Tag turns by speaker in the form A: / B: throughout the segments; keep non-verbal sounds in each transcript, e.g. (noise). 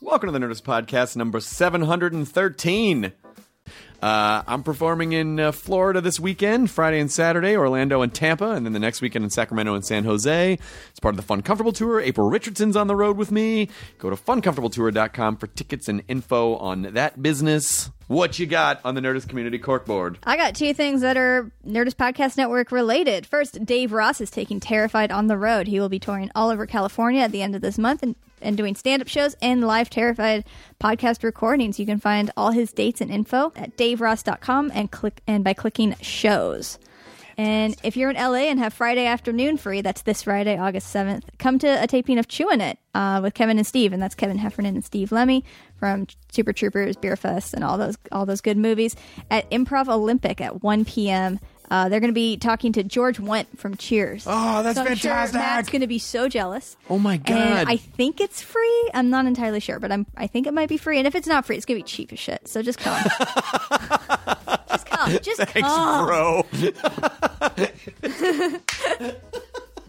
A: Welcome to the Nerdist Podcast, number 713. Uh, I'm performing in uh, Florida this weekend, Friday and Saturday, Orlando and Tampa, and then the next weekend in Sacramento and San Jose. It's part of the Fun Comfortable Tour. April Richardson's on the road with me. Go to funcomfortabletour.com for tickets and info on that business. What you got on the Nerdist Community Corkboard?
B: I got two things that are Nerdist Podcast Network related. First, Dave Ross is taking Terrified on the road. He will be touring all over California at the end of this month and, and doing stand up shows and live Terrified podcast recordings. You can find all his dates and info at daveross.com and click and by clicking shows. And if you're in LA and have Friday afternoon free, that's this Friday, August 7th, come to a taping of Chewin' It uh, with Kevin and Steve. And that's Kevin Heffernan and Steve Lemmy from Super Troopers, Beer Fest, and all those, all those good movies at Improv Olympic at 1 p.m. Uh, they're going to be talking to George Wendt from Cheers.
A: Oh, that's
B: So I'm sure
A: fantastic.
B: Matt's going to be so jealous.
A: Oh my God.
B: And I think it's free. I'm not entirely sure, but I'm I think it might be free. And if it's not free, it's going to be cheap as shit. So just come. just come. Oh,
A: (laughs)
B: Just
A: Thanks,
B: come. (laughs)
A: bro.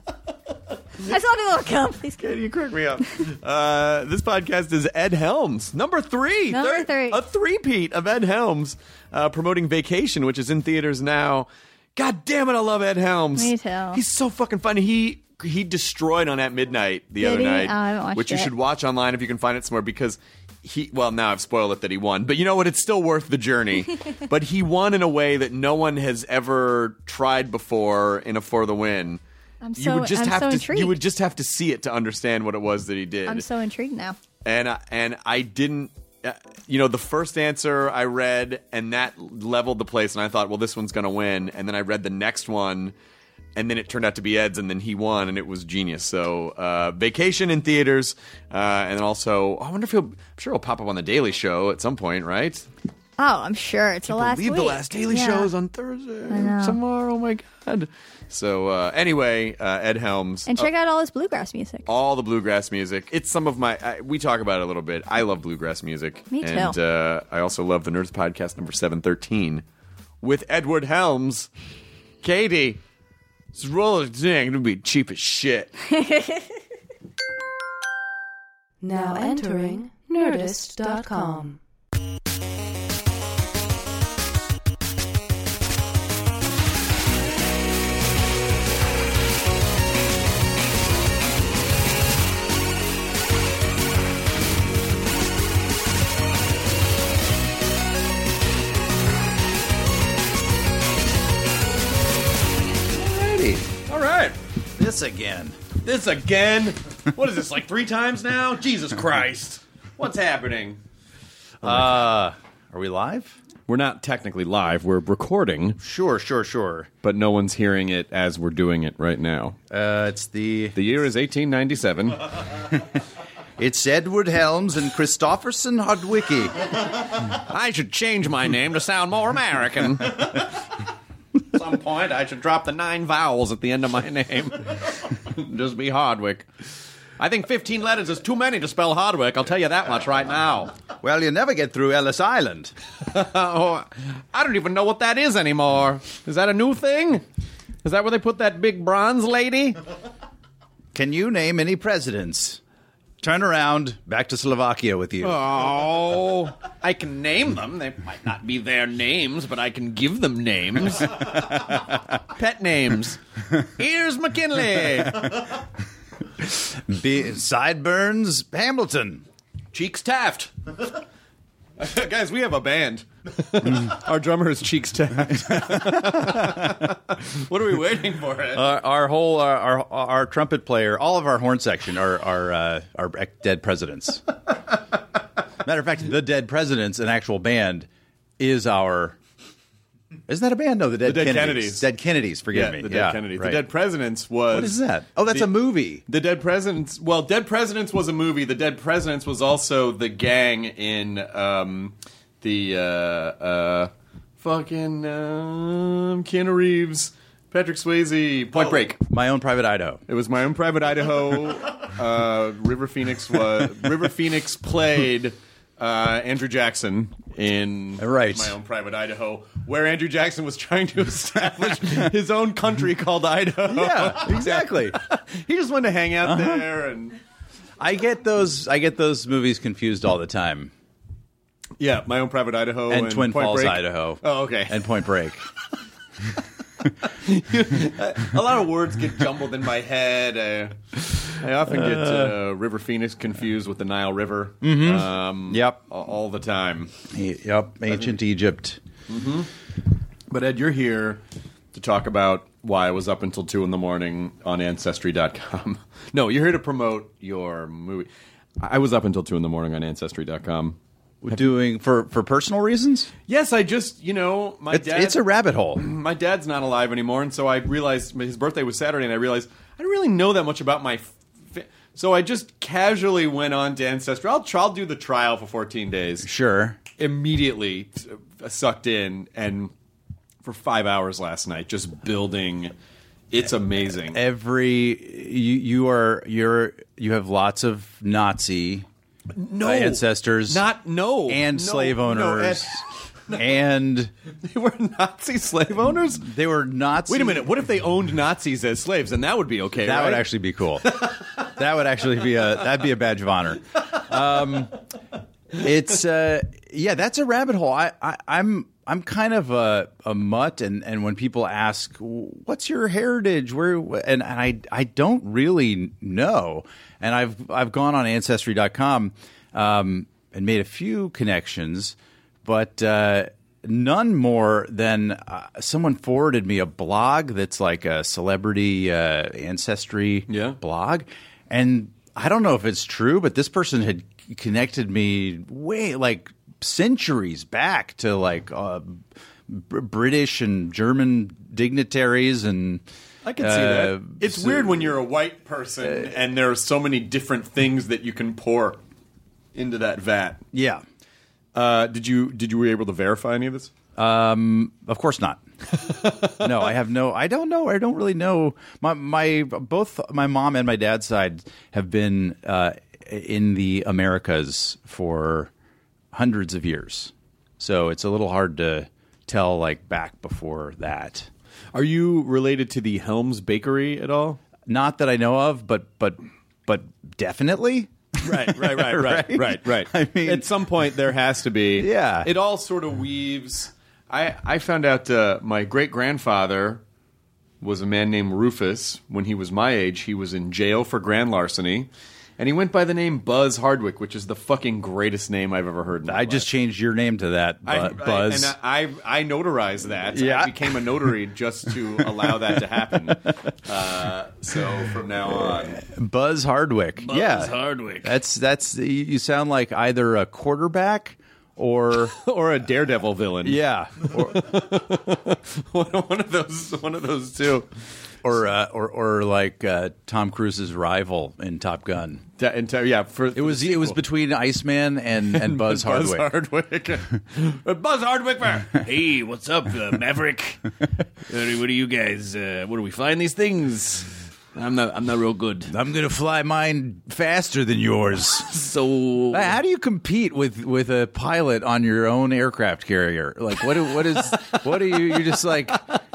B: I just want a little
A: (laughs)
B: come. Please come.
A: Katie, you crack me up. Uh, this podcast is Ed Helms, number three.
B: Number
A: Third-
B: three.
A: A three-peat of Ed Helms uh, promoting Vacation, which is in theaters now. God damn it, I love Ed Helms.
B: Me too.
A: He's so fucking funny. He he destroyed on At Midnight the
B: Did
A: other
B: he?
A: night,
B: Oh, I haven't watched
A: which you
B: it.
A: should watch online if you can find it somewhere because he well now I've spoiled it that he won, but you know what? It's still worth the journey.
B: (laughs)
A: but he won in a way that no one has ever tried before in a for the win.
B: I'm
A: You
B: so-
A: would just
B: I'm
A: have
B: so
A: to you
B: intrigued.
A: would just have to see it to understand what it was that he did.
B: I'm so intrigued now.
A: and I, and I didn't uh, you know the first answer I read and that leveled the place and I thought well this one's going to win and then I read the next one and then it turned out to be Ed's and then he won and it was genius. So uh, vacation in theaters uh, and then also I wonder if he'll I'm sure he'll pop up on the Daily Show at some point, right?
B: Oh, I'm sure it's the last
A: believe
B: week.
A: the last Daily
B: Yeah.
A: Show is on Thursday tomorrow. Oh my god! So uh, anyway, uh, Ed Helms
B: And check out all his bluegrass music.
A: all the bluegrass music. It's some of my. I, we talk about it a little bit. I love bluegrass music.
B: Me too.
A: And uh, I also love the Nerds Podcast number seven thirteen with Edward Helms. Katie, this roller thing gonna be cheap as shit.
C: Now entering Nerdist.com.
A: Alrighty. All right.
D: This again.
A: This again. what is this like three times now? Jesus Christ! What's happening?
D: Oh Are we live?
E: Uh, We're not technically live, we're recording,
D: Sure, sure, sure.
E: but no one's hearing it as we're doing it right now.
D: Uh, it's the
E: The year is 1897.
D: Oh. it's Edward Helms and Christofferson Hodwicki.
E: I should change my name to sound more American. At some point, I should drop the nine vowels at the end of my name. Just be Hardwick. I think 15 letters is too many to spell Hardwick, I'll tell you that much right now.
D: Well, you never get through Ellis Island.
E: Oh, I don't even know what that is anymore. Is that a new thing? Is that where they put that big bronze lady?
D: Can you name any presidents? Turn around, back to Slovakia with you.
E: Oh, I can name them. They might not be their names, but I can give them names. Pet names. Here's McKinley.
D: Be- sideburns, Hamilton.
E: Cheeks Taft.
A: (laughs) Guys, we have a
D: (laughs)
A: band. Our drummer is Cheeks Taft.
E: What are we waiting for?
D: Our, our whole our, our our trumpet player, all of our horn section are are uh, are ec- dead (laughs) presidents. Matter of fact, the Dead Presidents, an actual band, is our. Isn't that a band? No, the Dead,
A: The Dead
D: Kennedys.
A: Kennedys.
D: Dead Kennedys. Forgive
A: Yeah,
D: me.
A: the Dead
D: yeah,
A: Kennedy.
D: right.
A: The Dead Presidents was.
D: What is that? Oh, that's
A: the-
D: a movie.
A: The Dead Presidents. Well, Dead Presidents was a movie. The Dead Presidents was also the gang in um, the uh, uh, fucking um, Keanu Reeves, Patrick Swayze,
D: Oh.
A: Point Break.
D: My own
A: (laughs)
D: Private Idaho.
A: It was my own private Idaho. uh, River Phoenix was River Phoenix played uh, Andrew Jackson in
D: Right.
A: my own private Idaho, where Andrew Jackson was trying to establish his own country called Idaho.
D: Yeah, Uh-huh. exactly.
A: he just wanted to hang out there and
D: (laughs) I get those. I get those movies confused all the time.
A: yeah, my own private Idaho
D: And,
A: and,
D: Twin
A: Point
D: Falls,
A: Break.
D: Idaho.
A: Oh, okay.
D: And
A: (laughs)
D: Point Break.
A: a lot of words get jumbled in my head. Uh, I often get uh, River Phoenix confused with the Nile River.
D: Mm-hmm.
A: Um,
D: Yep.
A: a- all the time.
D: Yep. Ancient Egypt.
A: But Ed, you're here to talk about why I was up until two in the morning on Ancestry.com. (laughs) No, you're here to promote your movie. I I was up until two in the morning on Ancestry.com.
D: Doing for for personal reasons.
A: Yes, I just you know my
D: It's,
A: dad.
D: it's a rabbit hole.
A: my dad's not alive anymore, and so I realized his birthday was Saturday, and I realized I don't really know that much about my. Fa- so I just casually went on to Ancestry. I'll, tr- I'll do the trial for 14 days.
D: Sure.
A: immediately uh, sucked in and for five hours last night just building it's amazing
D: Every you you are you're you have lots of Nazi
A: no
D: ancestors
A: not no
D: and
A: No,
D: slave
A: no,
D: owners and
A: and (laughs) they were nazi slave owners
D: they were Nazi.
A: wait a minute what if they owned nazis as slaves and that would be okay
D: That would
A: right?
D: actually be cool. that would actually be a that'd be a badge of honor. Um, it's uh, yeah, that's a rabbit hole. I, I I'm I'm kind of a, a mutt, and, and when people ask what's your heritage, where and, and I I don't really know, and I've I've gone on ancestry.com um, and made a few connections, but. Uh, None more than uh, someone forwarded me a blog that's like a celebrity uh, ancestry
A: Yeah.
D: blog and i don't know if it's true but this person had connected me way like centuries back to like uh, Br- british and german dignitaries and
A: I can see that. It's weird when you're a white person and there are so many different things that you can pour into that vat.
D: yeah
A: Uh, did you did you were you able to verify any of this?
D: Of course not. no, I have no. I don't know. I don't really know. My my both my mom and my dad's side have been uh, in the Americas for hundreds of years, so it's a little hard to tell like back before that.
A: Are you related to the Helms Bakery at all?
D: Not that I know of, but but but definitely.
A: right, right,
D: (laughs)
A: right, right, right, right.
D: I mean-
A: at some point there has to be.
D: Yeah.
A: it all sort of weaves. I I found out uh, my great grandfather was a man named Rufus when he was my age. He was in jail for grand larceny, and he went by the name Buzz Hardwick, which is the fucking greatest name I've ever heard. In my
D: I just
A: life.
D: changed your name to that, Bu-
A: I- I-
D: Buzz.
A: and I, I notarized that.
D: Yeah.
A: I became a notary just to allow that to
D: (laughs)
A: happen. Uh, so from now on,
D: Buzz Hardwick. yeah,
E: Hardwick.
D: That's that's you you sound like either a quarterback or
A: (laughs) or a daredevil villain.
D: yeah or
A: (laughs) one, one of those, one of those two.
D: or uh, or, or like uh, Tom Cruise's rival in Top Gun.
A: Da- and ta- yeah, for
D: It was it was between Iceman
A: (laughs)
D: and and Buzz Hardwick.
A: Hardwick.
E: (laughs)
A: Uh, Buzz Hardwick.
E: Hey, what's up, uh,
A: (laughs)
E: Maverick? Uh, what are you guys? Uh, where do we find these things? I'm not. I'm not real good.
D: I'm gonna fly mine faster than yours.
E: So
D: Uh, How do you compete with with a pilot on your own aircraft carrier? Like what what is what are you you're just like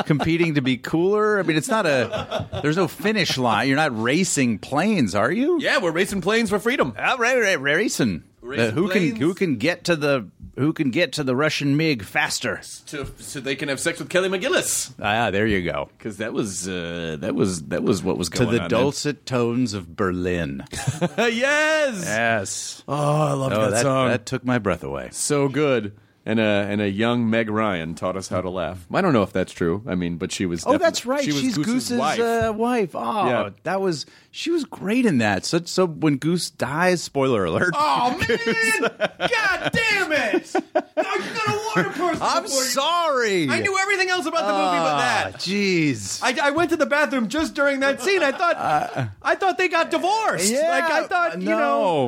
D: competing to be cooler? I mean it's not a there's no finish line. You're not racing planes, are you?
A: yeah, we're racing planes for freedom.
D: Oh, right, right, racing. Uh,
A: Racing
D: who can
A: planes.
D: who can get to the who can get to the Russian Mig faster?
A: to, so they can have sex with Kelly McGillis
D: Ah, there you go.
A: because that was
E: (laughs)
A: uh, that was that was what was
D: To
A: going
D: the
A: on
D: dulcet tones of Berlin.
A: then. yes.
D: yes.
A: Oh, I love
D: Oh,
A: that,
D: that,
A: song.
D: that took my breath away.
A: so good. And a and a young Meg Ryan taught us how to laugh. I don't know if that's true. I mean, but she was.
D: Oh,
A: definite-
D: that's right.
A: She was
D: She's
A: Goose's, wife.
D: Uh, wife. Oh,
A: Yeah.
D: that was she was great in that. So, so when Goose dies, spoiler alert. (laughs)
A: Oh man! God damn it! Now you got a water person.
D: I'm sorry.
A: I knew everything else about the movie but
D: Ah,
A: that.
D: Jeez.
A: I, I went to the bathroom just during that scene. I thought I thought they got divorced.
D: Uh, Yeah, uh,
A: like I thought, you
D: no.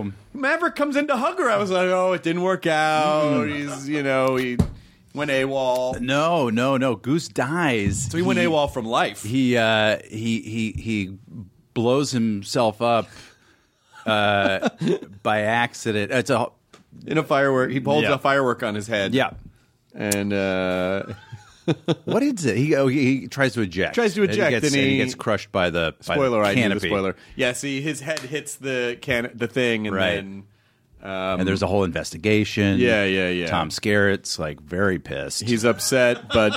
A: know, Maverick comes in to hug her. I was like, oh, it didn't work out.
D: Mm.
A: He's, you know, he went AWOL.
D: No, no, no. Goose dies.
A: So he, went AWOL from life.
D: He uh, he he he blows himself up
A: (laughs)
D: uh, by accident. It's a
A: in a firework. He holds
D: Yeah.
A: a firework on his head.
D: yeah.
A: and uh,
D: What is it? He oh, he, he tries to eject.
A: Tries to
D: And
A: eject,
D: He gets,
A: and
D: he,
A: he-
D: gets crushed by the by the
A: spoiler. I knew the
D: canopy.
A: spoiler. Yeah, see, his head hits the can the thing, and
D: Right.
A: then
D: and there's a whole investigation.
A: Yeah, yeah, yeah.
D: Tom Skerritt's like very pissed.
A: he's upset. But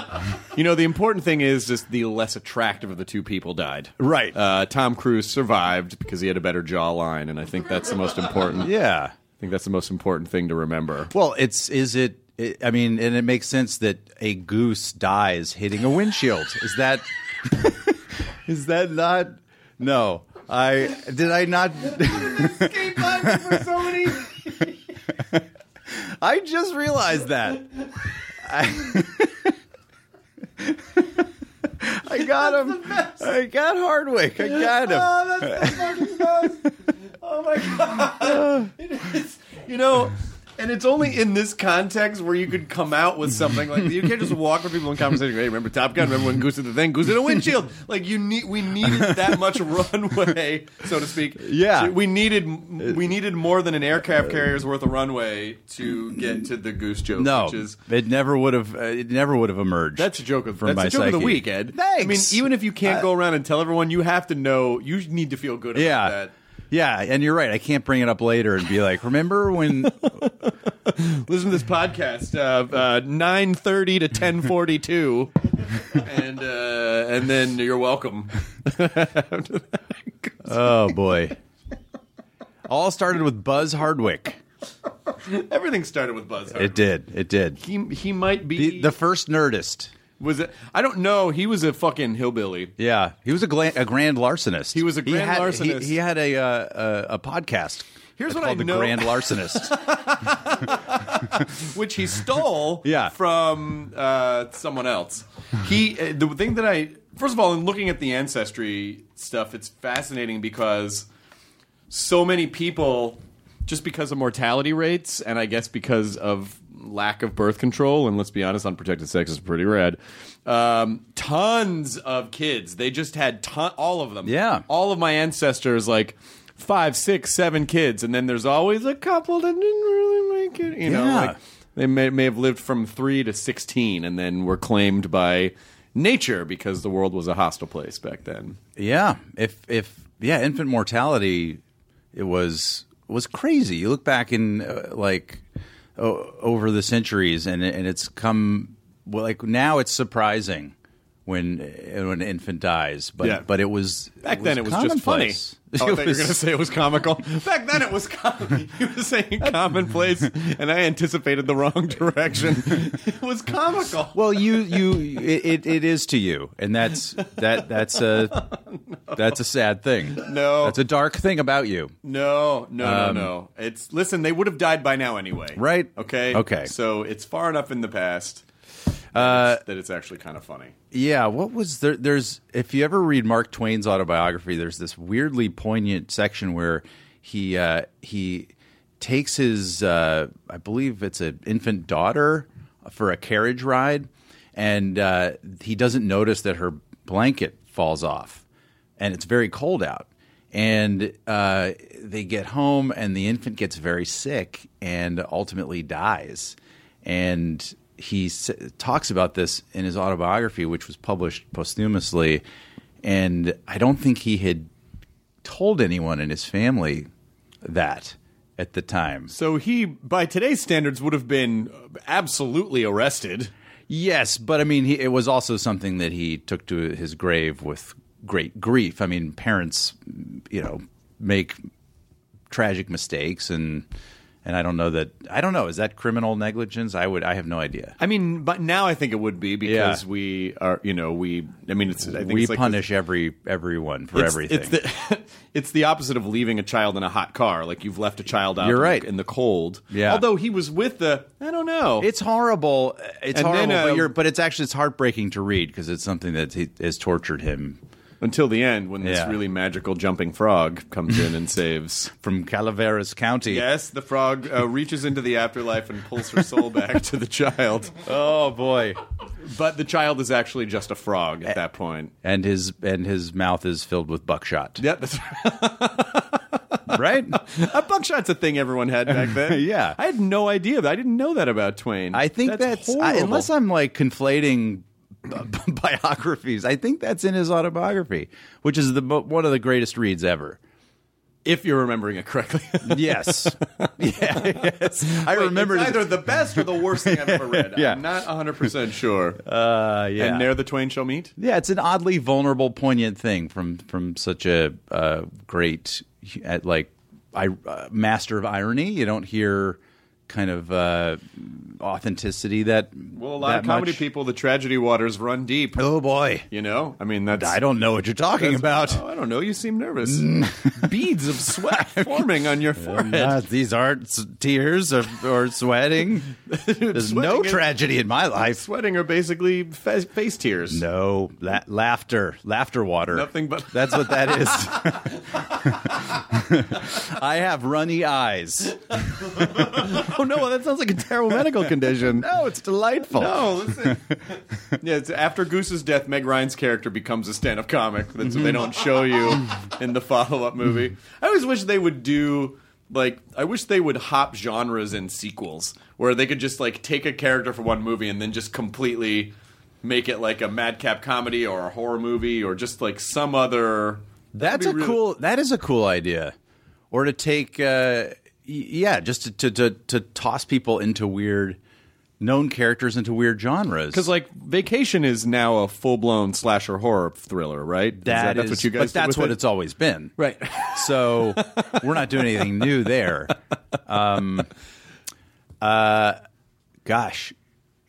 A: you know, the important thing is just the less attractive of the two people died.
D: Right.
A: Uh, Tom Cruise survived because he had a better jawline, and I think that's the most important.
D: yeah.
A: I think that's the most important thing to remember.
D: Well, it's is it, it? I mean, and it makes sense that a goose dies hitting a windshield. Is that (laughs) is that not? No, I did I not. (laughs) I just realized that. I, (laughs) I got him. I got Hardwick. I got him.
A: Oh my god! you know, and it's only in this context where you could come out with something like you can't just walk with people in conversation. Hey, remember Top Gun? Remember when Goose did the thing? Goose did a windshield. Like you need, we needed that much (laughs) runway, so to speak.
D: Yeah.
A: So we needed we needed more than an aircraft carrier's worth of runway to get to the Goose joke.
D: No,
A: which is,
D: it never would have. Uh, it never would have emerged.
A: that's a joke of
D: from
A: that's
D: my
A: a joke of the
D: psyche.
A: week, Ed.
D: Thanks. Uh,
A: I mean, even if you can't
D: I-
A: go around and tell everyone, you have to know. You need to feel good about
D: yeah,
A: that.
D: yeah, and you're right. I can't bring it up later and be like, remember
A: (laughs)
D: when?
A: Listen to this podcast uh, uh, nine thirty to ten forty two, and uh, and then you're welcome.
D: oh boy, all started with Buzz Hardwick.
A: Everything started with Buzz. Hardwick.
D: It did. It did.
A: He he might be
D: The, the first Nerdist.
A: was it, I don't know. He was a fucking hillbilly.
D: Yeah, he was a, gla- a grand larcenist.
A: He was a grand
D: had,
A: larcenist.
D: He, he had a uh, a, a podcast.
A: Here's
D: called
A: what I
D: the
A: know- (laughs)
D: Grand Larcenist.
A: which he stole
D: (laughs) Yeah.
A: from uh, someone else. He uh, the thing that I first of all in looking at the ancestry stuff, it's fascinating because so many people just because of mortality rates and I guess because of lack of birth control and let's be honest unprotected sex is pretty rad um, tons of kids they just had ton- all of them
D: Yeah.
A: all of my ancestors like five six seven kids and then there's always a couple that didn't really make it you know
D: Yeah.
A: like they may, may have lived from 3 to 16 and then were claimed by nature because the world was a hostile place back then
D: yeah, if if yeah, infant mortality, it was was crazy. You look back in uh, like o- over the centuries, and it- and it's come well, like now it's surprising when uh, when an infant dies, but
A: Yeah.
D: but it was
A: back then it was just funny
D: commonplace.
A: (laughs) Oh, I
D: (laughs) It
A: thought you were
D: was-
A: going to say it was comical. (laughs) Back then, it was com- (laughs) you were saying (laughs) commonplace, and I anticipated the wrong (laughs) direction. It was comical.
D: Well, you you it, it, it is to you, and that's that that's a
A: (laughs)
D: that's a sad thing.
A: No.
D: that's a dark thing about you.
A: No, no, no, no. It's listen. They would have died by now anyway,
D: Right.
A: Okay, Uh,
D: Okay.
A: So it's far enough in the past that, it's, that it's actually kind of funny.
D: Yeah, what was there? There's if you ever read Mark Twain's autobiography, there's this weirdly poignant section where he uh, he takes his uh, I believe it's an infant daughter for a carriage ride, and uh, he doesn't notice that her blanket falls off, and it's very cold out. And uh, they get home, and the infant gets very sick and ultimately dies and he s- talks about this in his autobiography, which was published posthumously. And I don't think he had told anyone in his family that at the time.
A: So he, by today's standards, would have been absolutely arrested.
D: Yes, but I mean, he, it was also something that he took to his grave with great grief. I mean, parents, you know, make tragic mistakes, and and I don't know that I don't know is that criminal negligence? I would I have no idea.
A: I mean, but now I think it would be because
D: Yeah.
A: we are, you know, we. I mean, it's. I think
D: We
A: it's like
D: punish every everyone for
A: this- it's-
D: everything.
A: It's the, (laughs) it's the opposite of leaving a child in a hot car. Like you've left a child out.
D: You're
A: in the-
D: right.
A: in the cold.
D: Yeah.
A: Although he was with the. I don't know.
D: It's horrible. It's
A: And then,
D: horrible,
A: uh,
D: but, you're, but it's actually it's heartbreaking to read because it's something that he, has tortured him
A: until the end when this
D: Yeah.
A: really magical jumping frog comes in and (laughs) saves.
D: from Calaveras County.
A: Yes, the frog uh, reaches into the afterlife and pulls her soul (laughs) back to the child.
D: Oh boy.
A: But the child is actually just a frog at that point.
D: And his and his mouth is filled with buckshot. (laughs)
A: Yeah, that's
D: Right.
A: (laughs) a buckshot's a thing everyone had (laughs) back then.
D: Yeah.
A: I had no idea. that- I didn't know that about Twain.
D: I think that's, I-
A: horrible.
D: unless I'm like conflating b- (laughs) biographies. I think that's in his autobiography, which is the mo- one of the greatest reads ever.
A: if you're remembering it (laughs) correctly.
D: Yes. (laughs) yeah, yes. I remember
A: it's either the best or the worst thing I've ever (laughs) read.
D: Yeah.
A: I'm not 100% sure.
D: uh,
A: (laughs)
D: yeah.
A: And there the Twain shall meet.
D: Yeah, it's an oddly vulnerable, poignant thing from from such a uh, great, uh, like, I, uh, master of irony. You don't hear kind of uh, authenticity that
A: Well, a lot of comedy people, the tragedy waters run deep.
D: Oh boy,
A: You know? I mean, that's.
D: I don't know what you're talking
A: that's-
D: about.
A: (laughs) Oh, I don't know. You seem (laughs) nervous. Beads of (laughs) sweat forming on your
D: Uh,
A: forehead.
D: these aren't s- tears or, or sweating. There's
A: (laughs)
D: no
A: Sweating is-
D: tragedy in my life.
A: Sweating are basically fa- face tears.
D: No, la- laughter, laughter water.
A: Nothing but-
D: that's what that
A: (laughs)
D: is. (laughs) I have runny eyes.
A: Oh no, that sounds like a terrible medical (laughs) condition.
D: No, it's delightful.
A: No,
D: (laughs)
A: listen. yeah, it's after Goose's death, Meg Ryan's character becomes a stand-up comic. That's what they don't show you in the follow-up movie. I always wish they would do like I wish they would hop genres in sequels where they could just like take a character for one movie and then just completely make it like a madcap comedy or a horror movie or just like some other That'd
D: That's
A: be
D: a
A: really-
D: cool. That is a cool idea. Or to take, uh, y- yeah, just to, to to to toss people into weird, known characters into weird genres.
A: Because like Vacation is now a full blown slasher horror thriller, right? Is
D: That
A: that's
D: is-
A: what you guys.
D: But
A: did
D: that's
A: with
D: what
A: it?
D: it's always been,
A: Right.
D: So we're not doing anything new there. Um, uh, gosh,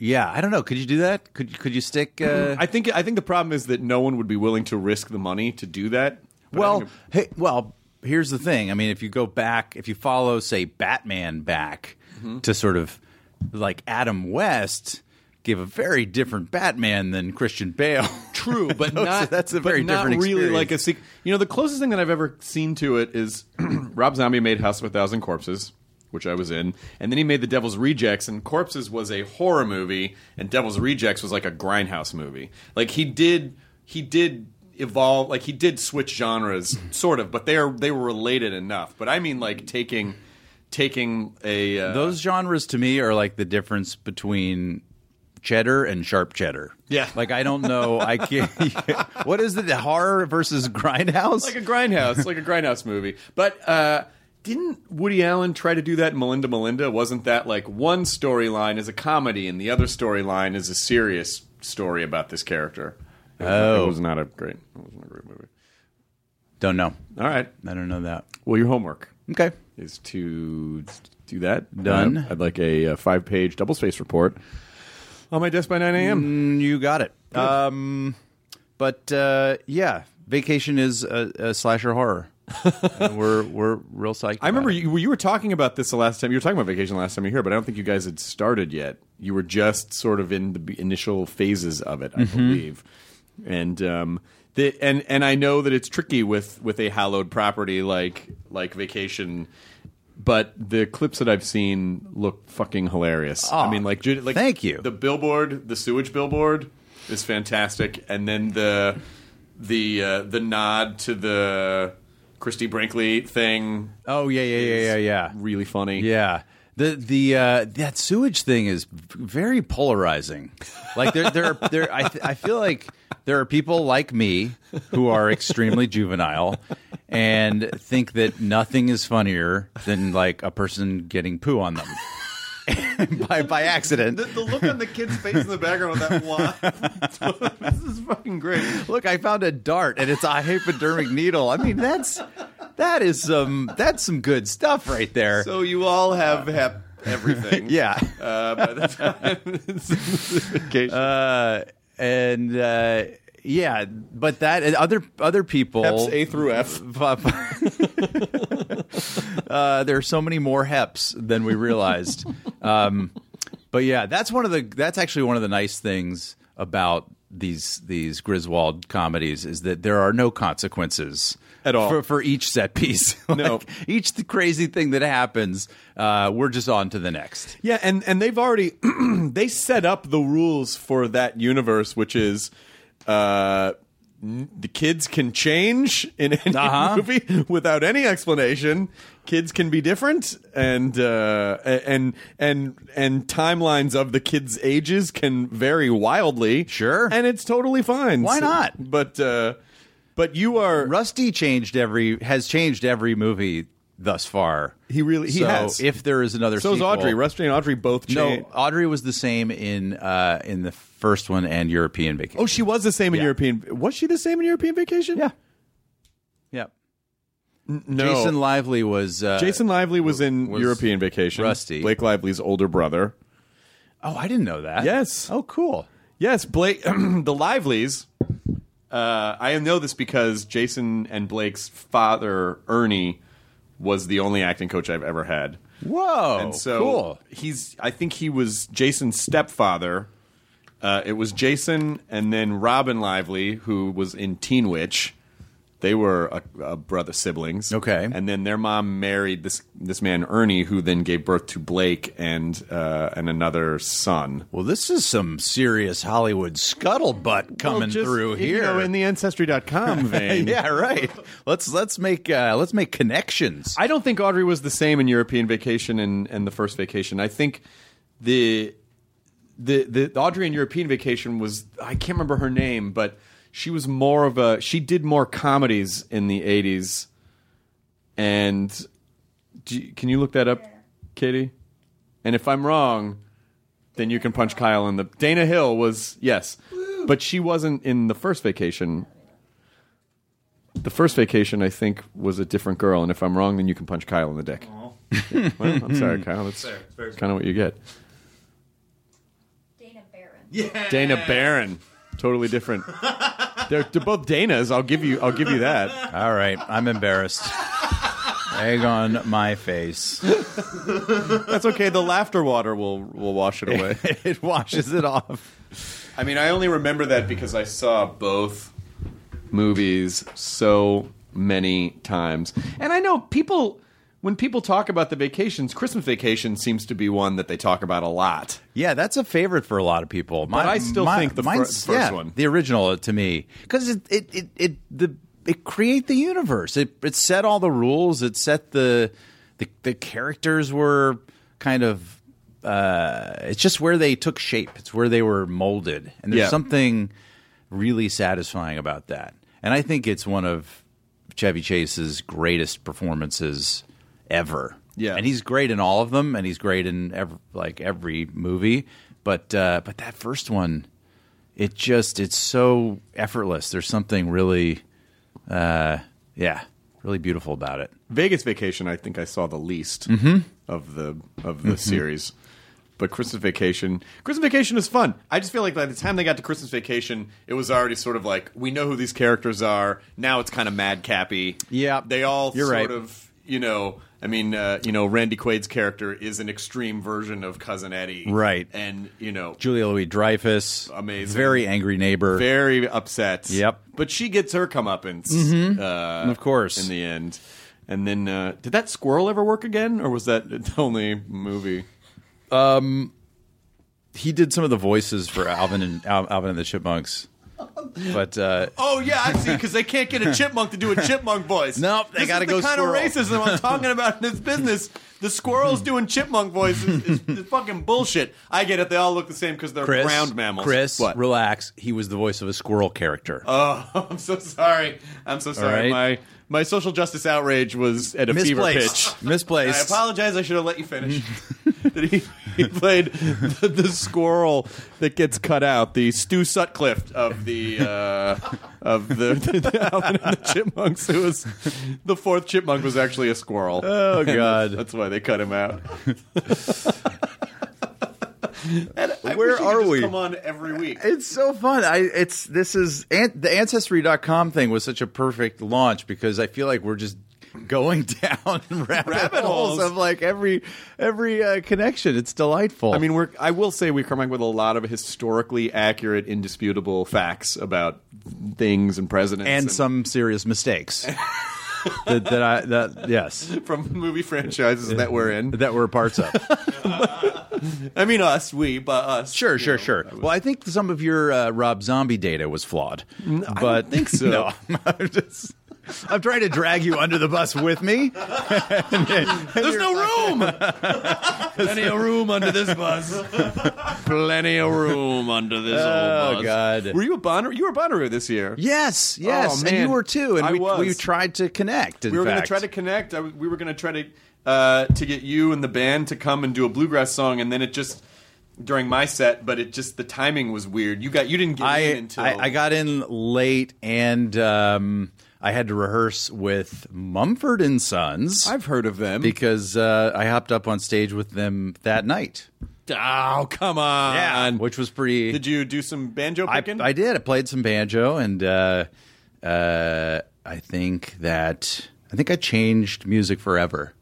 D: yeah, I don't know. Could you do that? Could could you stick? Uh,
A: I think I think the problem is that no one would be willing to risk the money to do that. But I
D: well,
A: think it- (laughs)
D: hey, well, here's the thing. I mean, if you go back, if you follow, say, Batman back
A: Mm-hmm.
D: to sort of like Adam West. Give a very different Batman than Christian Bale.
A: true, (laughs)
D: (laughs)
A: but
D: Those-
A: not
D: that's a
A: but
D: very
A: not
D: different
A: really
D: experience.
A: like a sequ- you know the closest thing that I've ever seen to it is (clears throat) Rob Zombie made House of a Thousand Corpses. Which I was in, and then he made The Devil's Rejects, and Corpses was a horror movie, and Devil's Rejects was like a grindhouse movie. Like he did, he did evolve, like he did switch genres, sort of, but they are they were related enough. But I mean, like taking, taking a uh,
D: Those genres to me are like the difference between cheddar and sharp cheddar.
A: Yeah.
D: Like I don't know. I can't. (laughs) what is it? Horror versus grindhouse?
A: like a grindhouse, like a grindhouse movie. But uh, didn't Woody Allen try to do that in Melinda Melinda? Wasn't that like one storyline is a comedy and the other storyline is a serious story about this character? Oh, it was not a great, it wasn't a great movie.
D: don't know.
A: All right,
D: I don't know that.
A: well, your homework
D: Okay.
A: is to do that.
D: Done.
A: Uh, I'd like a, uh five-page double-space report on my desk by nine a.m.
D: Mm, You got it. Um, but uh, yeah, Vacation is a, a slasher
A: (laughs)
D: horror. And we're we're real psyched.
A: I remember you, you were talking about this the last time. You were talking about vacation the last time you were here, but I don't think you guys had started yet. You were just sort of in the b- initial phases of it, I
D: Mm-hmm.
A: believe. And um, the and and I know that it's tricky with with a hallowed property like like vacation. But the clips that I've seen look fucking hilarious. I
D: Aw,
A: mean, like, ju- like
D: thank you.
A: The billboard, the sewage billboard, is fantastic, and then the the uh, the nod to the Christy Brinkley thing
D: Oh yeah yeah yeah yeah yeah.
A: really funny.
D: Yeah. The the uh, that sewage thing is v- very polarizing. Like there there are, there I th- I feel like there are people like me who are extremely juvenile and think that nothing is funnier than like a person getting poo on them (laughs) by by accident.
E: The, the look on the kid's face in the
F: (laughs)
E: background of that why (laughs) this is fucking great.
D: Look, I found a dart and it's a hypodermic needle. I mean, that's that is some that's some good stuff right there.
E: So you all have hep
A: (laughs)
E: everything.
D: yeah.
E: Uh, by the time it's occasion.
D: Uh, and uh, yeah, but that and other other people
E: Heps A through F.
D: (laughs) uh, there are so many more heps than we realized. um, but yeah, that's one of the that's actually one of the nice things about these these Griswold comedies is that there are no consequences
E: At all.
D: for, for each set piece. (laughs)
E: No.
D: Like, each crazy thing that happens, uh, we're just on to the next.
A: Yeah, and and they've already (clears throat) they set up the rules for that universe, which is uh, n- the kids can change in any (laughs)
D: Uh-huh.
A: movie without any explanation. Kids can be different, and uh, a- and and and timelines of the kids' ages can vary wildly.
D: Sure.
A: and it's totally fine.
D: Why
A: So-
D: not?
A: But uh, but you are
D: Rusty changed every has changed every movie thus far.
A: He really- he
D: so
A: has.
D: If there is another,
A: so is
D: sequel-
A: Audrey. Rusty and Audrey both change.
D: No, Audrey was the same in uh, in the first one and European Vacation.
A: Oh, she was the same in
D: Yeah.
A: European. Was she the same in European Vacation?
D: Yeah. Yep.
A: No.
D: Jason Lively was uh,
A: Jason Lively was in
D: was
A: European Vacation.
D: Rusty.
A: Blake Lively's older brother.
D: Oh, I didn't know that.
A: Yes.
D: Oh, cool.
A: Yes, Blake. (clears throat) the Livelies. Uh, I know this because Jason and Blake's father, Ernie, was the only acting coach I've ever had.
D: Whoa.
A: and so
D: Oh, cool.
A: he's. I think he was Jason's stepfather. Uh, it was Jason and then Robin Lively, who was in Teen Witch. They were a, a brother siblings.
D: Okay.
A: and then their mom married this this man Ernie, who then gave birth to Blake and uh, and another son.
D: Well, this is some serious Hollywood scuttlebutt coming through here.
A: Oh, you know, in the
D: (laughs)
A: ancestry.com vein.
D: yeah, right. Let's let's make uh, let's make connections.
A: I don't think Audrey was the same in European Vacation and, and the first Vacation. I think the the the Audrey in European Vacation was I can't remember her name, but she was more of a she did more comedies in the eighties. And do you- can you look that up, Katie? And if I'm wrong, then you can punch Kyle in the Dana Hill was yes, but she wasn't in the first Vacation. The first vacation, I think, was a different girl, and if I'm wrong, then you can punch Kyle in the dick. Yeah, well, I'm sorry, Kyle. That's kind of what you get.
B: Dana Barron.
A: Dana Barron, totally different. they're, they're both Danas. I'll give you. I'll give you that.
D: All right, I'm embarrassed. Egg on my face.
A: That's okay. The laughter water will will wash (laughs) it away.
D: it washes it off.
A: I mean, I only remember that because I saw both movies so many times. And I know people, when people talk about the vacations, Christmas vacation seems to be one that they talk about a lot.
D: Yeah, that's a favorite for a lot of people. Mine-
A: I still think the fir-
D: mine's-
A: the first
D: yeah,
A: one.
D: the original uh, to me, because it it, it it the it create the universe. It it set all the rules. It set the the, the characters were kind of. Uh, it's just where they took shape. It's where they were molded, and there's
A: Yeah.
D: something really satisfying about that. And I think it's one of Chevy Chase's greatest performances ever.
A: Yeah.
D: and he's great in all of them, and he's great in ev like every movie. But uh, but that first one, it just it's so effortless. There's something really, uh, yeah, really beautiful about it.
A: Vegas Vacation, I think I saw the least
D: Mm-hmm.
A: of the of the series. But Christmas Vacation, Christmas Vacation is fun. I just feel like by the time they got to Christmas Vacation, it was already sort of like we know who these characters are. Now it's kind of madcappy.
D: Yeah.
A: they all
D: You're
A: sort
D: right.
A: of you know. I mean, uh, you know, Randy Quaid's character is an extreme version of Cousin Eddie,
D: Right.
A: And you know,
D: Julia Louis Dreyfus,
A: Amazing.
D: very angry neighbor,
A: very upset.
D: Yep. Mm-hmm.
A: But she gets her comeuppance, uh,
D: Of course.
A: in the end. And then, uh, did that squirrel ever work again, or was that the only movie?
D: he did some of the voices for Alvin and Al- Alvin and the Chipmunks. But uh,
A: Oh yeah, I see. Because they can't get a chipmunk to do a chipmunk voice.
D: Nope, they
A: This is
D: gotta
A: the
D: go
A: kind
D: squirrel.
A: of racism
D: (laughs)
A: I'm talking about in this business. The squirrels doing chipmunk voices is, is fucking bullshit. I get it. They all look the same because they're
D: Chris,
A: ground mammals.
D: Chris,
A: what? (laughs)
D: relax. He was the voice of a squirrel character.
A: Oh, I'm so sorry. I'm so sorry.
D: right.
A: My my social justice outrage was at a fever
D: Misplaced.
A: pitch.
D: (laughs) Misplaced.
A: I apologize. I should have let you finish. (laughs) that he, he played the, the squirrel that gets cut out, the Stu Sutcliffe of the uh, of the, (laughs) the Alvin and the Chipmunks. It was the fourth chipmunk was actually a squirrel.
D: (laughs) Oh, God.
A: that's why they cut him out. And I
D: Where
A: wish he could
D: are
A: just
D: we?
A: Come on every week.
D: It's so fun. I it's this is an, the ancestry.com thing was such a perfect launch because I feel like we're just going (laughs) down rabbit,
A: Rabbit holes.
D: holes of like every every uh, connection. It's delightful.
A: I mean, we're. I will say we come up with a lot of historically accurate, indisputable facts about things and presidents,
D: and some serious mistakes. (laughs) that, that I that yes
A: (laughs) from movie franchises that we're in.
D: that were parts of.
A: I mean, us, we, but us.
D: Sure, sure, sure. Well, I think some of your uh, Rob Zombie data was flawed. but I
A: don't think so.
D: No, (laughs) I'm just. I'm trying to drag you under the bus with me. (laughs)
A: There's no room. (laughs) Plenty of room under this bus. Plenty of room under this
D: Oh,
A: old bus.
D: God.
A: Were you a Bonnaroo? You were a Bonnaroo this year.
D: Yes, yes, and
A: Oh, man.
D: you were too. And
A: I
D: we,
A: was.
D: we tried to connect. in
A: we were going to
D: fact.
A: try to connect. I, was- we were going to try to uh, to get you and the band to come and do a bluegrass song, and then it just during my set, but it just the timing was weird. You got you didn't get in
D: I,
A: until
D: I I got in late, and um, I had to rehearse with Mumford and Sons
A: I've heard of them.
D: because uh, I hopped up on stage with them that night.
A: oh come on!
D: which was pretty.
A: did you do some banjo
D: I,
A: picking?
D: I did. I played some banjo, and uh, uh, I think that I think I changed music forever.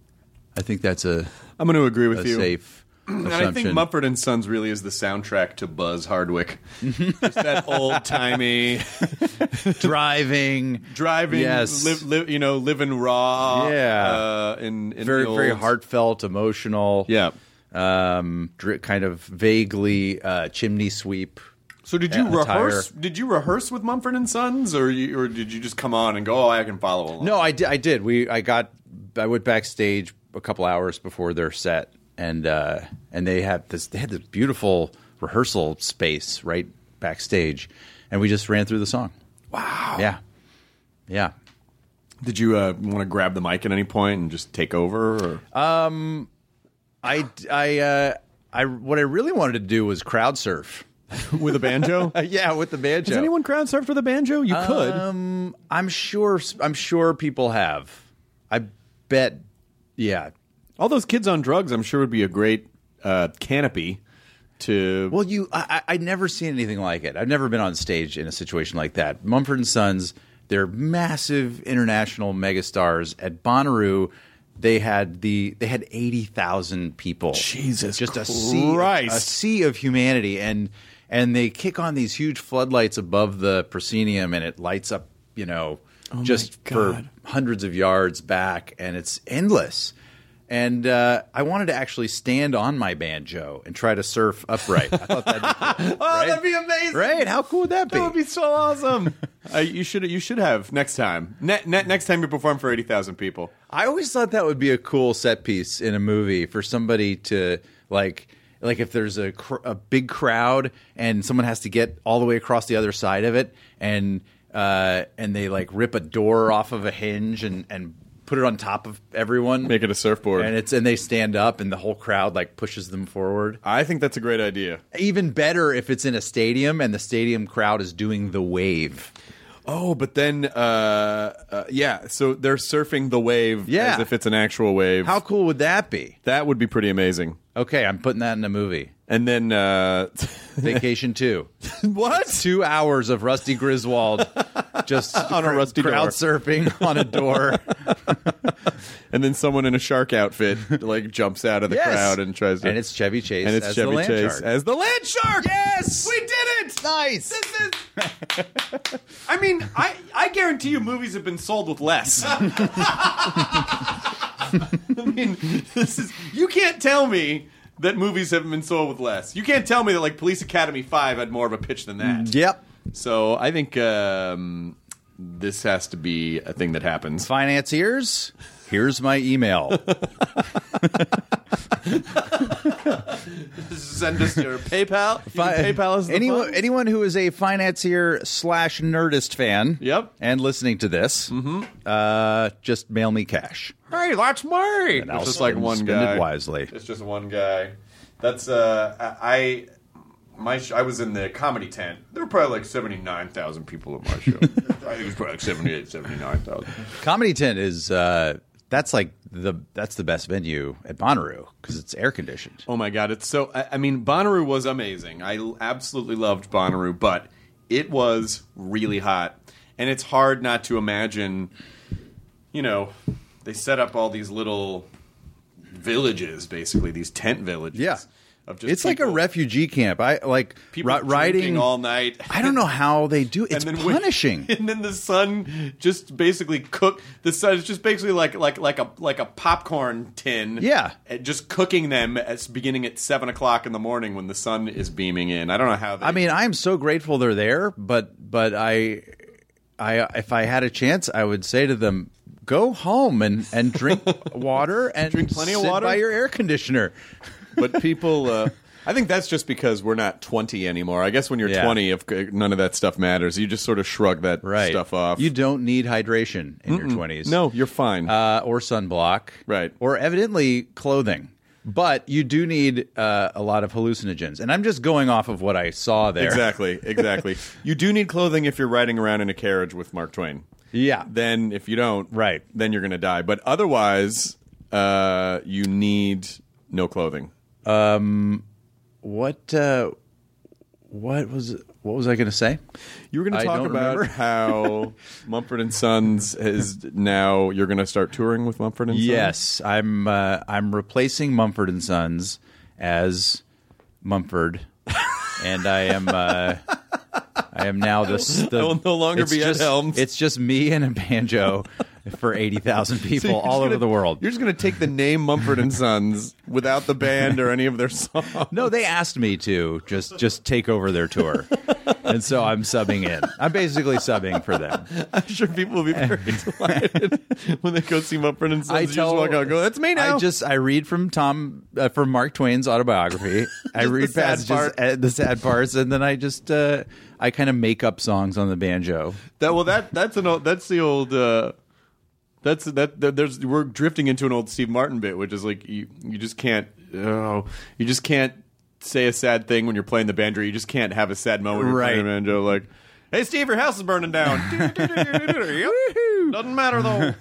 D: I think that's a,
A: am going to agree with
D: a
A: you.
D: safe
A: (clears throat)
D: assumption.
A: And I think Mumford and Sons really is the soundtrack to Buzz Hardwick. Just that old
D: (laughs)
A: timey
D: (laughs) driving,
A: driving,
D: yes,
A: live, live, you know, living raw,
D: Yeah.
A: uh, in, in
D: very
A: the old,
D: very heartfelt, emotional,
A: yeah.
D: um, dri kind of vaguely uh, chimney sweep.
A: So did you
D: Yeah, attire.
A: rehearse? Did you rehearse with Mumford and Sons, or you, or did you just come on and go? Oh, I can follow along.
D: No, I did. I did. We I got I went backstage a couple hours before their set, and uh, and they had this they had this beautiful rehearsal space right backstage, and we just ran through the song. Wow. Yeah. Yeah.
A: Did you uh, want to grab the mic at any point and just take over? Or?
D: Uh, (laughs) I I uh, I what I really wanted to do was crowd surf. (laughs)
A: with a banjo? Has
D: yeah, with the banjo.
A: anyone crowd surfed with a banjo? You could.
D: Um, I'm sure. I'm sure people have. I bet. Yeah.
A: All those kids on drugs, I'm sure, would be a great uh, canopy to.
D: Well, you, I, I I'd never seen anything like it. I've never been on stage in a situation like that. Mumford and Sons, they're massive international megastars. At Bonnaroo, they had the they had eighty thousand people.
A: Jesus
D: just a sea,
A: Christ.
D: a sea of humanity, and and they kick on these huge floodlights above the proscenium, and it lights up, you know, just for
A: Oh God.
D: hundreds of yards back, and it's endless. And uh, I wanted to actually stand on my banjo and try to surf upright. I thought that'd
A: (laughs) oh, that'd be amazing!
D: right? How cool would that be?
A: That would be so (laughs) awesome. uh, you should you should have next time. Ne- ne- next time you perform for eighty thousand people.
D: I always thought that would be a cool set piece in a movie for somebody to like. Like if there's a cr- a big crowd and someone has to get all the way across the other side of it, and uh, and they like rip a door off of a hinge and and put it on top of everyone,
A: Make it a surfboard.
D: and it's and they stand up and the whole crowd like pushes them forward.
A: I think that's a great idea.
D: Even better if it's in a stadium and the stadium crowd is doing the wave.
A: Oh, but then, uh, uh, yeah. So they're surfing the wave
D: Yeah.
A: as if it's an actual wave.
D: How cool would that be?
A: that would be pretty amazing.
D: Okay, I'm putting that in
A: (laughs)
D: a movie.
A: And then, uh,
D: Vacation two.
A: (laughs) what?
D: two hours of Rusty Griswold just
A: (laughs) On a
D: cr-
A: rusty
D: crowd
A: door.
D: surfing on
A: (laughs)
D: a door.
A: (laughs) And then someone in a shark outfit like jumps out of the
D: Yes.
A: crowd and tries to.
D: And it's Chevy Chase
A: And it's
D: as the
A: Chevy
D: land
A: Chase
D: shark.
A: as the land shark.
D: Yes!
A: we did it.
D: nice.
A: This is. I mean, I I guarantee you, movies have been sold with less. (laughs) I mean, this is you can't tell me that movies haven't been sold with less. You can't tell me that like Police Academy Five had more of a pitch than that.
D: Yep.
A: So I think um, this has to be a thing that happens. (laughs)
D: Financiers, here's my email.
A: Send us your PayPal. You
D: Fi-
A: can PayPal is the
D: anyone
A: fund.
D: anyone who is a financier slash Nerdist fan.
A: Yep. Mm-hmm.
D: and listening to this, uh, just mail me cash.
E: Hey, that's me.
D: And I'll
A: just like
D: spend-
A: one
D: spend
A: guy.
D: it wisely.
A: It's just one guy. That's uh, I, my sh- I was in the comedy tent. There were probably like seventy nine thousand people at my
D: (laughs)
A: show. I think it was probably like 78, 79,000.
D: Comedy Tent is uh, that's like the that's the best venue at Bonnaroo because it's air conditioned.
A: Oh my god, it's so. I, I mean, Bonnaroo was amazing. I l- absolutely loved Bonnaroo, but it was really hot, and it's hard not to imagine. You know, they set up all these little villages, basically these tent villages.
D: Yeah.
A: of just
D: It's like a
A: people-
D: refugee camp. I like
A: People
D: ri- riding
A: drinking all night. (laughs)
D: I don't know how they do. It's
A: when- (laughs)
D: punishing.
A: and then the sun just basically cook the sun is just basically like like like a like a popcorn tin.
D: Yeah.
A: and just cooking them as beginning at seven o'clock in the morning when the sun is beaming in. I don't know how. They,
D: I mean, I am so grateful they're there, but but I I if I had a chance, I would say to them, go home and
A: (laughs)
D: and drink water and
A: Drink plenty of
D: sit
A: water?
D: by your air conditioner.
A: (laughs) but people. Uh, (laughs) I think that's just because we're not twenty anymore. I guess when you're
D: Yeah.
A: twenty, if uh, none of that stuff matters, you just sort of shrug that
D: (laughs) Right.
A: stuff off.
D: You don't need hydration in your 20s.
A: no, you're fine.
D: uh, or sunblock,
A: Right.
D: Or evidently clothing, but you do need uh, a lot of hallucinogens. And I'm just going off of what I saw there.
A: Exactly, exactly. you do need clothing if you're riding around in a carriage with Mark Twain.
D: (laughs) Yeah.
A: Then if you don't,
D: Right.
A: then you're going to die. But otherwise, uh, you need no clothing.
D: What uh, what was what was I going to say?
A: You were going
D: I
A: to talk
D: don't
A: about (laughs)
D: remember.
A: how Mumford and Sons is now you're going to start touring with Mumford and Sons.
D: Yes, I'm uh, I'm replacing Mumford and Sons as Mumford, and I am uh, I am now the. s- the
A: I will no longer
D: it's
A: be at
D: just,
A: Helms.
D: It's just me and a banjo for eighty thousand
A: (laughs)
D: people
A: So you're
D: all
A: just
D: over
A: gonna-
D: the world.
A: You're just going to take the name Mumford and Sons without the band or any of their songs. (laughs)
D: No, they asked me to just just take over their tour, and so I'm subbing in. I'm basically subbing for them.
A: I'm sure people will be (laughs) very delighted when they go see Mumford and Sons.
D: I
A: You just
D: tell-
A: walk out and go, that's me now.
D: I just I read from Tom uh, from Mark Twain's (laughs) autobiography. I read
A: sad
D: passages,
A: part.
D: uh, the sad parts, and then I just uh, I kind of make up songs on the banjo.
A: That well, that that's an old that's the old. Uh, that's that, that. There's we're drifting into an old Steve Martin bit, which is like you you just can't. Oh, you just can't say a sad thing when you're playing the banjo. You just can't have a sad moment when you're playing the
D: Right.
A: banjo. Like, hey, Steve, your house is burning down. Yep. Doesn't matter though.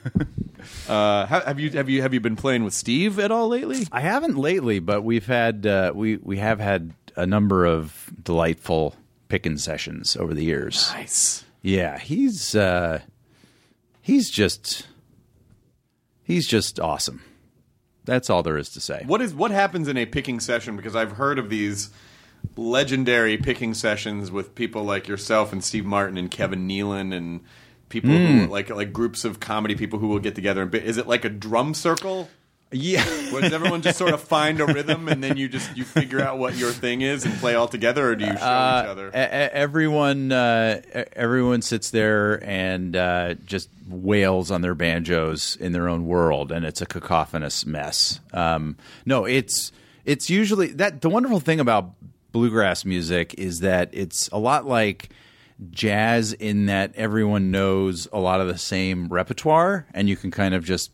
A: Uh, ha- have you have you have you been playing with Steve at all lately?
D: I haven't lately, but we've had uh, we we have had a number of delightful pickin' sessions over the years.
A: Nice.
D: Yeah, he's uh, he's just he's just awesome. That's all there is to say.
A: What is what happens in a picking session? Because I've heard of these legendary picking sessions with people like yourself and Steve Martin and Kevin Nealon and people who, like like groups of comedy people who will get together. And bi- is it like a drum circle?
D: Yeah.
A: Where does everyone just sort of find a rhythm and then you just you figure out what your thing is and play all together, or do you show each other?
D: E- e- everyone uh, e- everyone sits there and uh, just wails on their banjos in their own world, and it's a cacophonous mess. Um, no, it's it's usually that the wonderful thing about bluegrass music is that it's a lot like jazz in that everyone knows a lot of the same repertoire, and you can kind of just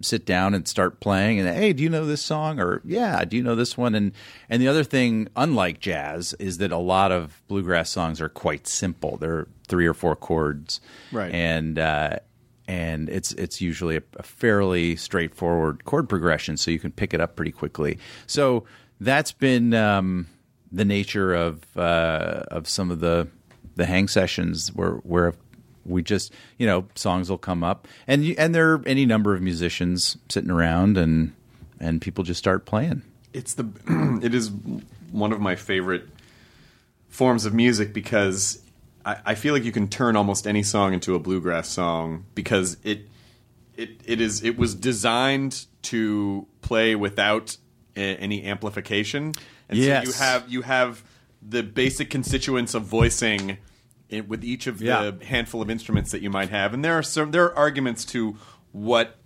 D: sit down and start playing and hey do you know this song or yeah do you know this one and and the other thing unlike jazz is that a lot of bluegrass songs are quite simple they're three or four chords
A: Right.
D: and uh and it's it's usually a, a fairly straightforward chord progression so you can pick it up pretty quickly so that's been um the nature of uh of some of the the hang sessions where where we just you know songs will come up and you, and there are any number of musicians sitting around and and people just start playing
A: it's the (clears throat) it is one of my favorite forms of music because I, I feel like you can turn almost any song into a bluegrass song because it it it is it was designed to play without a, any amplification and so
D: Yes.
A: you have you have the basic constituents of voicing in, with each of
D: Yeah.
A: the handful of instruments that you might have and there are some there are arguments to what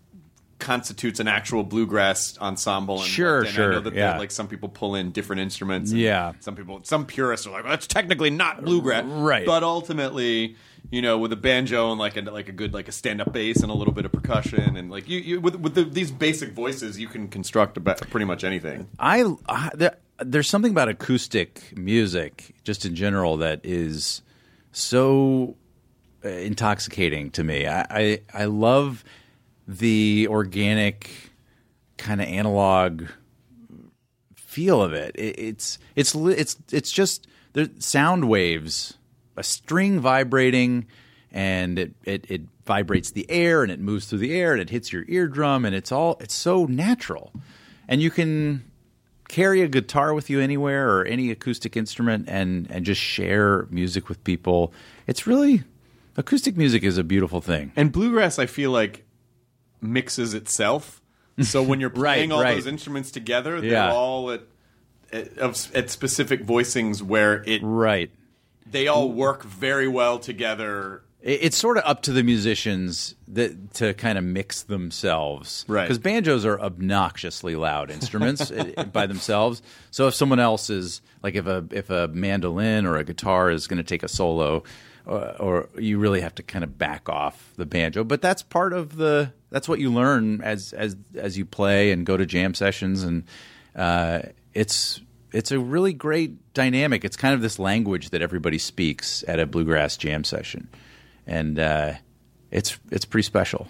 A: constitutes an actual bluegrass ensemble. And
D: Sure,
A: and I know
D: sure,
A: that
D: yeah.
A: like some people pull in different instruments. and
D: Yeah.
A: some people, some purists are like, well, that's technically not bluegrass,
D: Right.
A: But ultimately. You know, with a banjo and like a like a good like a stand up bass and a little bit of percussion and like you, you with with the, these basic voices, you can construct about pretty much anything.
D: I, I there, there's something about acoustic music just in general that is so uh, intoxicating to me. I I, I love the organic kind of analog feel of it. it it's it's li- it's it's just the sound waves, a string vibrating, and it, it it vibrates the air and it moves through the air and it hits your eardrum and it's all it's so natural, and you can carry a guitar with you anywhere or any acoustic instrument and and just share music with people. It's really acoustic music is a beautiful thing.
A: And bluegrass, I feel like mixes itself.
D: (laughs)
A: So when you're
D: Right,
A: playing all
D: right.
A: those instruments together, they're
D: Yeah.
A: all at, at, of, at specific voicings where it
D: Right.
A: they all work very well together.
D: It- It's sort of up to the musicians that, to kind of mix themselves,
A: Right.
D: Because banjos are obnoxiously loud instruments i- (laughs) by themselves. So if someone else is like, if a if a mandolin or a guitar is going to take a solo, or, or you really have to kind of back off the banjo. But that's part of the that's what you learn as as as you play and go to jam sessions, and uh, it's. It's a really great dynamic. It's kind of this language that everybody speaks at a bluegrass jam session and uh, it's it's pretty special.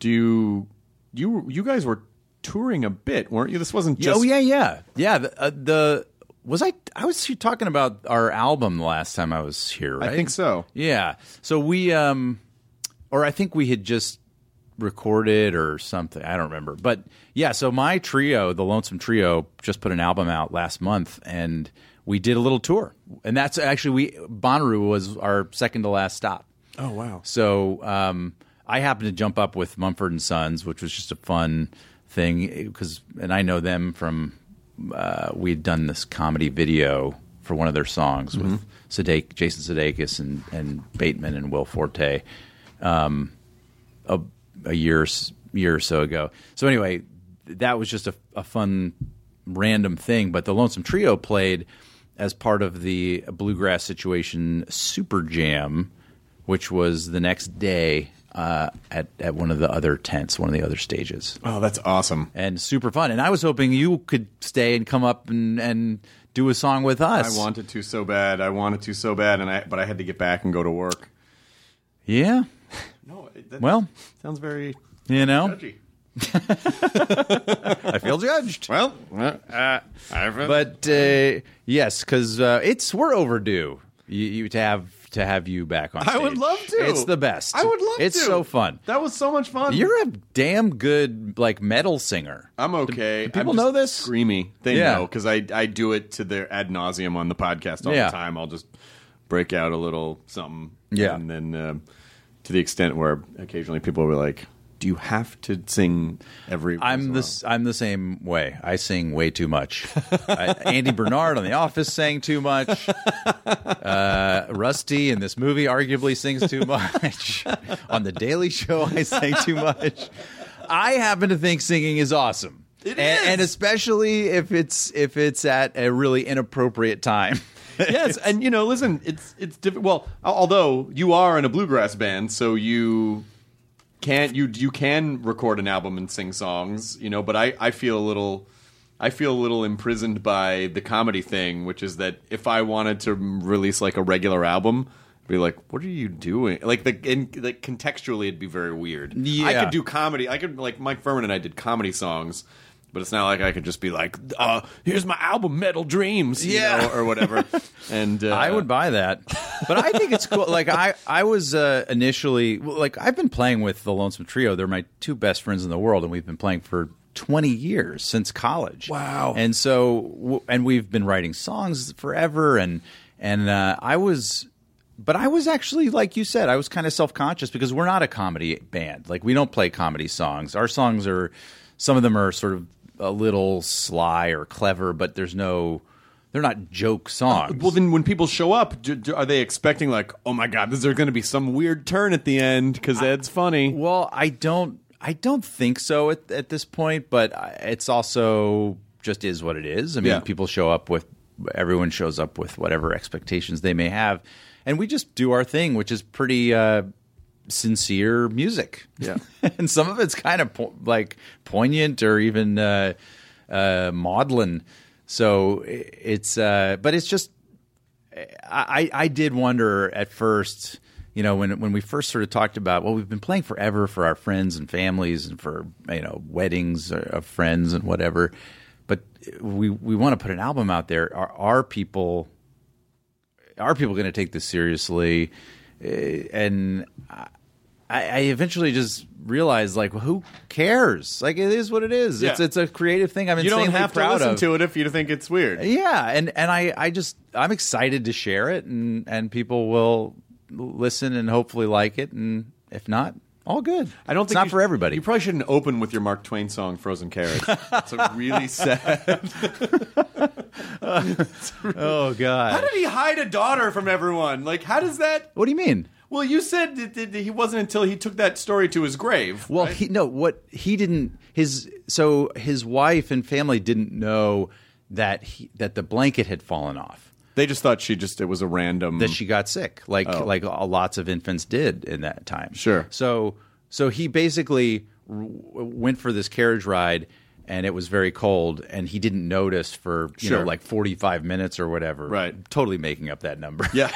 A: Do you you you guys were touring a bit, weren't you? This wasn't just
D: oh yeah, yeah, yeah. The, uh, the was I I was talking about our album the last time I was here.
A: I
D: Right?
A: think so.
D: Yeah. So we um, or I think we had just recorded or something. I don't remember. But yeah, so my trio, the Lonesome Trio, just put an album out last month, and we did a little tour, and that's actually we Bonnaroo was our second to last stop.
A: Oh wow.
D: So um, I happened to jump up with Mumford and Sons, which was just a fun thing because, and I know them from uh, we had done this comedy video for one of their songs with Sudeik, Jason Sudeikis and, and Bateman and Will Forte a year year or so ago. So anyway, that was just a, a fun random thing. But the Lonesome Trio played as part of the Bluegrass Situation Super Jam, which was the next day uh, at at one of the other tents, one of the other stages,
A: Oh, that's awesome.
D: and super fun. And I was hoping you could stay and come up and and do a song with
A: I
D: us.
A: wanted to so bad. I wanted to so bad, and I but I had to get back and go to work.
D: yeah.
A: No, that
D: Well,
A: sounds very
D: you know,
A: judgy.
D: I feel judged.
A: Well, uh, I've
D: but uh, yes, because uh, it's we're overdue. You, you to have to have you back on.
A: I would
D: stage.
A: love to.
D: It's the best.
A: I would love
D: it's
A: to.
D: It's so fun.
A: That was so much fun.
D: You're a damn good like metal singer.
A: I'm okay.
D: people
A: I'm just
D: know this?
A: Screamy. They
D: Yeah.
A: know because I I do it to their ad nauseum on the podcast all
D: Yeah.
A: the time. I'll just break out a little something.
D: Yeah.
A: and then um to the extent where occasionally people will be like, "Do you have to sing every?" once in
D: I'm
A: a
D: the
A: while?"
D: s- I'm the same way. I sing way too much. I, Andy Bernard on The Office sang too much. Uh, Rusty in this movie arguably sings too much. (laughs) on The Daily Show, I sing too much. I happen to think singing is awesome,
A: It
D: and,
A: is.
D: and especially if it's if it's at a really inappropriate time. (laughs)
A: (laughs) yes, and you know, listen, it's it's diff- well, al- although you are in a bluegrass band, so you can't you you can record an album and sing songs, you know, but I I feel a little I feel a little imprisoned by the comedy thing, which is that if I wanted to release like a regular album, I'd be like, what are you doing? Like the in, like contextually, it'd be very weird. I
D: Yeah.
A: could do comedy. I could like Mike Furman and I did comedy songs, but it's not like I could just be like, uh, here's my album, Metal Dreams, you
D: Yeah.
A: know, or (laughs) whatever. and uh,
D: I would buy that, but I think it's cool. Like I, I was uh, initially well, like I've been playing with the Lonesome Trio. They're my two best friends in the world, and we've been playing for twenty years since college. Wow! And so, w- and we've been writing songs forever, and and uh, I was. But I was actually, like you said, I was kind of self conscious because we're not a comedy band. Like, we don't play comedy songs. Our songs are, some of them are sort of a little sly or clever, but there's no, they're not joke songs.
A: Well, then when people show up, do, do, are they expecting like, oh my god, is there going to be some weird turn at the end because Ed's funny?
D: Well, I don't. I don't think so at, at this point, but I- it's also just is what it is. I mean,
A: Yeah.
D: people show up with everyone shows up with whatever expectations they may have, and we just do our thing, which is pretty uh, sincere music.
A: Yeah.
D: (laughs) and some of it's kind of po- like poignant or even uh, uh, maudlin. So i- it's, uh, but it's just I, I did wonder at first, you know, when when we first sort of talked about, well, we've been playing forever for our friends and families and for you know weddings of friends and whatever, but we we want to put an album out there. Are are people are people going to take this seriously? Uh, And I, I eventually just realized, like, who cares? Like, it is what it is. It's
A: Yeah.
D: it's a creative thing. I'm
A: You
D: insanely
A: don't have to
D: proud
A: listen
D: of.
A: to it if you think it's weird.
D: Yeah, and and I I just I'm excited to share it, and and people will listen and hopefully like it, and if not, all good.
A: I don't
D: It's
A: think
D: not
A: you-
D: for everybody.
A: You probably shouldn't open with your Mark Twain song "Frozen Carrots." It's a (laughs) really sad.
D: oh
A: How
D: god,
A: did he hide a daughter from everyone? Like, how does that?
D: what do you mean?
A: Well, you said that, that he wasn't until he took that story to his grave.
D: Well, he no, what he didn't his so his wife and family didn't know that he that the blanket had fallen off.
A: They just thought she just it was a random.
D: that she got sick, like like uh, lots of infants did in that time.
A: Oh. Sure.
D: So so he basically r- went for this carriage ride, and it was very cold, and he didn't notice for you know
A: Sure.
D: like forty five minutes or whatever.
A: Right.
D: Totally making up that number.
A: yeah.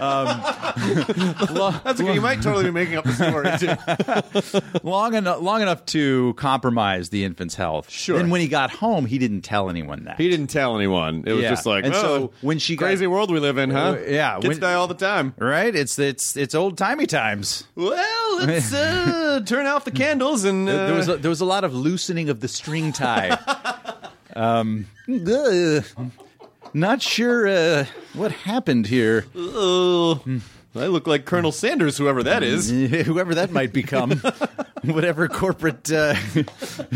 A: (laughs)
D: (laughs)
A: That's okay. You might totally be making up the story too.
D: long enough long enough to compromise the infant's health.
A: Sure.
D: And when he got home, he didn't tell anyone that.
A: He didn't tell anyone. It was
D: Yeah.
A: just like,
D: And
A: oh,
D: so when she got-
A: crazy world we live in, huh?
D: Uh, yeah,
A: kids
D: when-
A: die all the time.
D: Right? It's it's it's old timey times. (laughs)
A: Well, let's uh, turn off the candles and
D: There-
A: uh,
D: there was a, there was a lot of loosening of the string tie.
A: (laughs)
D: um, ugh. not sure uh, what happened here.
A: Oh, I look like Colonel Sanders, whoever that is.
D: (laughs) Whoever that
A: (laughs)
D: might become, whatever corporate uh,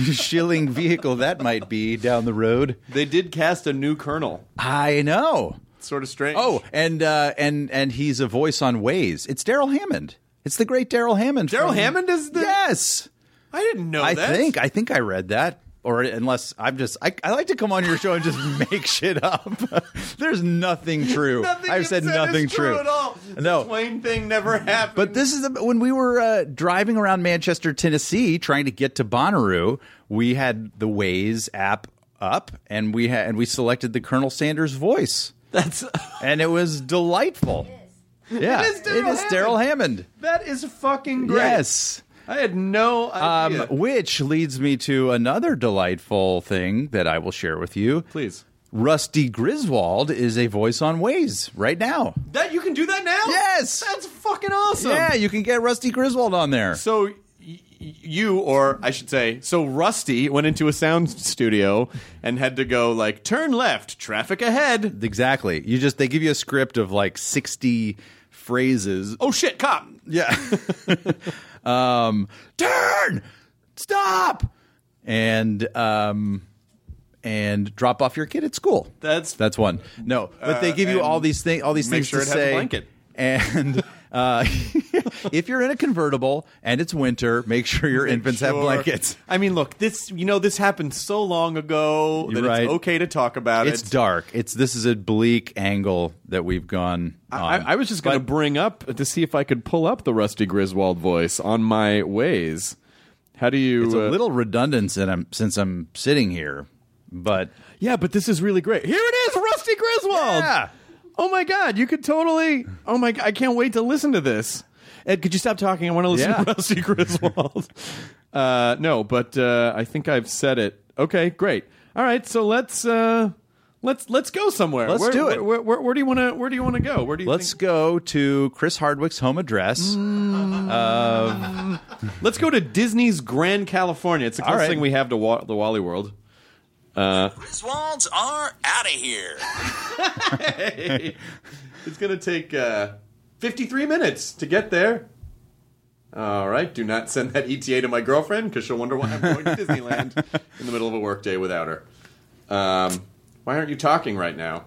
D: shilling vehicle that might be down the road.
A: They did cast a new colonel.
D: I know.
A: It's sort of strange.
D: Oh, and uh, and and he's a voice on Waze. It's Daryl Hammond. It's the great Daryl Hammond.
A: Daryl
D: from-
A: Hammond is the-
D: yes.
A: I didn't know
D: I
A: that.
D: think I think I read that. Or unless I'm just I, I like to come on your show and just (laughs) make shit up. (laughs) There's nothing true.
A: Nothing
D: I've
A: you've
D: said,
A: is
D: nothing true.
A: at all.
D: No.
A: the Twain thing never happened.
D: But this is the, when we were uh, driving around Manchester, Tennessee, trying to get to Bonnaroo. We had the Waze app up, and we had and we selected the Colonel
A: (laughs)
D: Sanders voice,
A: that's
D: and it was delightful. Yeah,
A: It is Daryl
D: it is Daryl Hammond.
A: that is fucking great.
D: Yes.
A: I had no idea.
D: Um, which leads me to another delightful thing that I will share with you.
A: Please,
D: Rusty Griswold is a voice on Waze right now.
A: that you can do that now.
D: Yes!
A: that's fucking awesome.
D: Yeah, you can get Rusty Griswold on there.
A: So y- y- you, or I should say, so Rusty went into a sound studio and had to go like turn left, traffic ahead.
D: exactly. You just they give you a script of like 60 phrases.
A: Oh shit, cop!
D: Yeah. (laughs) um turn! Stop! And um and drop off your kid at school.
A: That's
D: That's one. No, but they
A: Uh,
D: give you
A: and
D: all these things, all these
A: make
D: things
A: sure
D: to
A: it has a
D: say.
A: blanket. (laughs)
D: And uh, (laughs) if you're in a convertible and it's winter, make sure your infants have
A: Sure.
D: blankets.
A: I mean, look, this you know this happened so long ago
D: You're
A: that
D: right.
A: it's okay to talk about
D: It's
A: it.
D: dark. It's this is a bleak angle that we've gone.
A: I,
D: on.
A: I was just going to bring up to see if I could pull up the Rusty Griswold voice on my ways. How do you?
D: It's a
A: uh,
D: little redundant since I'm, since I'm sitting here, but
A: yeah, but this is really great. Here it is, Rusty Griswold.
D: Yeah.
A: Oh my god, you could totally. Oh my, g- I can't wait to listen to this. Ed, could you stop talking? I want to listen
D: Yeah.
A: to Rusty Griswold. (laughs) uh, no, but uh, I think I've said it. Okay, great. All right, so let's uh, let's let's go somewhere.
D: Let's
A: Where-
D: do it.
A: Where, where, where do you want to? Where do you want to go? Where do you?
D: let's
A: think-
D: go to Chris Hardwick's home address.
A: let's go to Disney's Grand California. It's the
D: All
A: closest
D: right.
A: thing we have to wa- the Wally World.
G: Griswolds are out of here.
A: It's gonna take uh, fifty-three minutes to get there. All right, do not send that ETA to my girlfriend because she'll wonder why I'm going to Disneyland in the middle of a workday without her. Um, why aren't you talking right now?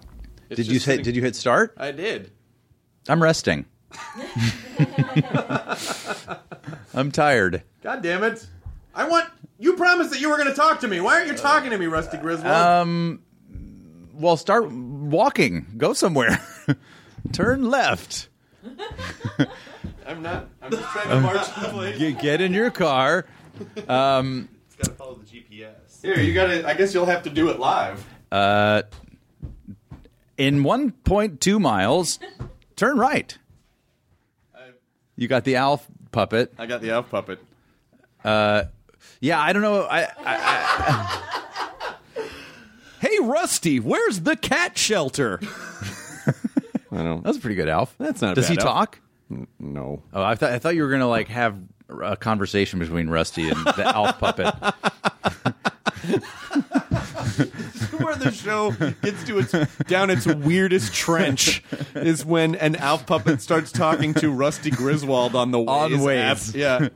A: It's
D: Did
A: just
D: you hit?
A: sitting-
D: Did you hit start?
A: I did. (laughs)
D: I'm resting. I'm tired.
A: God damn it. I want. You promised that you were going to talk to me. Why aren't you talking to me, Rusty Griswold?
D: Um, well, start walking. Go somewhere. (laughs) Turn left.
A: I'm not. I'm just trying
D: um,
A: to march the place.
D: You get in your car. Um,
A: It's got to follow the GPS. Here, you got to. I guess you'll have to do it live.
D: uh, in 1.2 miles, turn right. You got the owl puppet.
A: I got the elf puppet.
D: Uh, yeah, I don't know. I, I, I hey, Rusty, where's the cat shelter?
A: I don't.
D: That was pretty good, Alf.
A: That's not
D: Does
A: bad,
D: he
A: Alf.
D: talk?
A: No.
D: Oh, I thought I thought you were gonna like have a conversation between Rusty and the Alf puppet.
A: Where the show gets to its down its weirdest trench is when an elf puppet starts talking to Rusty Griswold on the
D: On
A: Waze
D: Waze.
A: app. Yeah.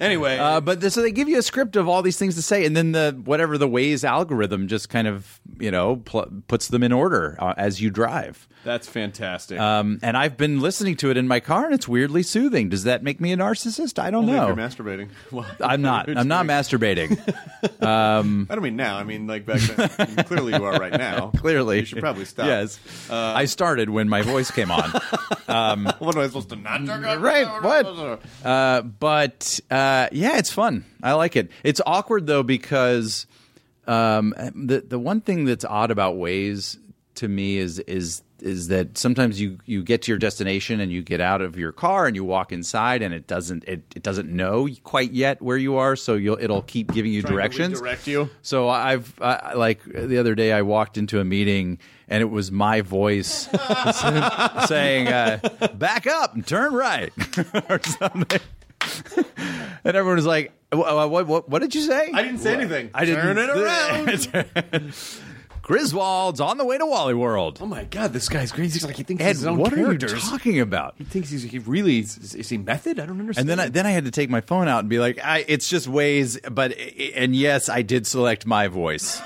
A: Anyway,
D: Uh, but the, so they give you a script of all these things to say, and then the whatever the Waze algorithm just kind of you know pl- puts them in order uh, as you drive.
A: that's fantastic.
D: Um, and I've been listening to it in my car, and it's weirdly soothing. Does that make me a narcissist? I don't
A: Only if
D: know.
A: you're masturbating. (laughs) Well,
D: I'm not. I'm not masturbating. (laughs)
A: I don't mean now. I mean like back then. Clearly, you are right now.
D: (laughs) Clearly,
A: you should probably stop. Uh,
D: Yes, I started when my voice came
A: (laughs)
D: on.
A: What am I supposed to not talk about?
D: right? What? Uh, but uh, yeah, it's fun. I like it. It's awkward though because um, the the one thing that's odd about Waze to me is is is that sometimes you you get to your destination and you get out of your car and you walk inside and it doesn't it, it doesn't know quite yet where you are so you'll it'll keep giving you directions
A: redirect you.
D: so I've I, like the other day I walked into a meeting and it was my voice (laughs) saying uh, back up and turn right (laughs) or something, and everyone was like, "What? What, what, what did you say?"
A: I didn't say anything.
D: I didn't
A: Turn it around.
D: (laughs) Griswold's on the way to Wally World.
A: oh my god, this guy's crazy. He's like he thinks
D: Ed,
A: he's his own
D: what
A: characters.
D: are you talking about?
A: He thinks he's he really is, is he method? I don't understand.
D: And then I, then I had to take my phone out and be like, I, "It's just ways." But and yes, I did select my voice.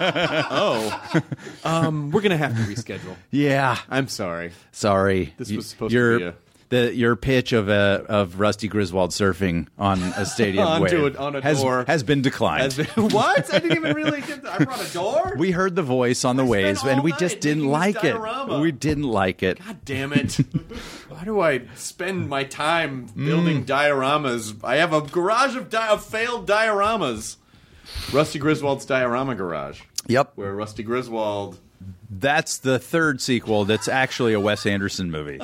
D: (laughs)
A: um, we're gonna have to reschedule.
D: Yeah,
A: I'm sorry.
D: Sorry,
A: This
D: You-
A: was supposed
D: your,
A: to
D: the your pitch of a of Rusty Griswold surfing on a
A: (laughs)
D: stadium
A: Onto
D: wave
A: a- on a
D: has,
A: door.
D: has been
A: As-
D: declined. (laughs)
A: (laughs) what? I didn't even really. Get that. I brought a door.
D: we heard the voice on the
A: We spent
D: waves, and
A: all
D: we
A: night
D: just didn't
A: making this
D: like it.
A: diorama.
D: We didn't like it.
A: God damn (laughs) it! Why do I spend my time building dioramas? I have a garage of, di- of failed dioramas. Rusty Griswold's diorama garage,
D: Yep,
A: where Rusty Griswold.
D: that's the third sequel. That's actually a Wes
A: (laughs)
D: Anderson movie.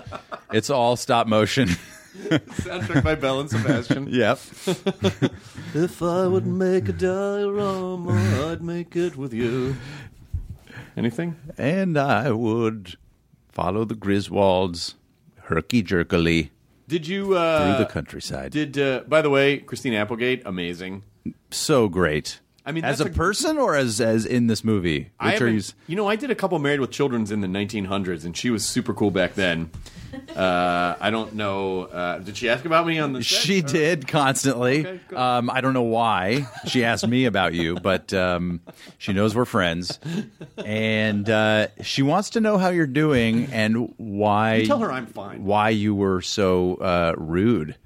D: it's all stop motion.
A: Soundtrack by Bell and Sebastian.
D: yep.
A: (laughs) If I would make a diorama, I'd make it with you. Anything?
D: (laughs) And I would follow the Griswolds herky jerkily
A: Did you
D: through
A: uh,
D: the countryside.
A: Did uh, by the way, Christine Applegate, amazing.
D: so great.
A: I mean,
D: as a,
A: that's a-
D: person or as as in this movie, which
A: I
D: are
A: haven't-
D: you?
A: you know, I did a couple Married with Childrens in the 1900s, and she was super cool back
D: (laughs)
A: then. Uh, I don't know. Uh, did she ask about me on the? set?
D: She did constantly.
A: Okay, good.
D: um, I don't know why she asked me about you, but um, she knows we're friends, and uh, she wants to know how you're doing and why.
A: You tell her I'm fine.
D: Why you were so uh, rude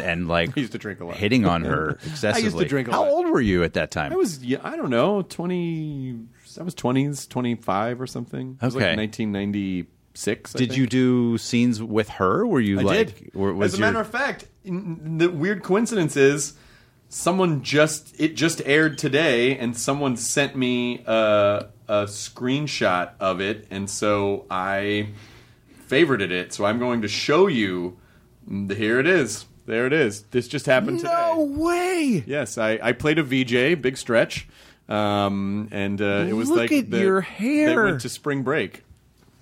A: (laughs)
D: and like
A: I used to drink a lot.
D: hitting on
A: (laughs)
D: her excessively.
A: drink a
D: how
A: lot.
D: old were you at that time?
A: I was. Yeah, I don't know. Twenty. I was twenties, twenty five or something. It was
D: Okay.
A: like 1996. I
D: Did
A: think.
D: you do scenes with her? Were you
A: I
D: like?
A: did.
D: were- was
A: As a
D: your-
A: matter of fact, n- n- the weird coincidence is someone just it just aired today, and someone sent me a, a screenshot of it, and so I favorited it. So I'm going to show you. Here it is. There it is. This just happened
D: no
A: today.
D: way.
A: Yes, I, I played a VJ, big stretch, um, and uh, it was
D: Look
A: like
D: at
A: the,
D: your
A: They
D: hair.
A: went to spring break.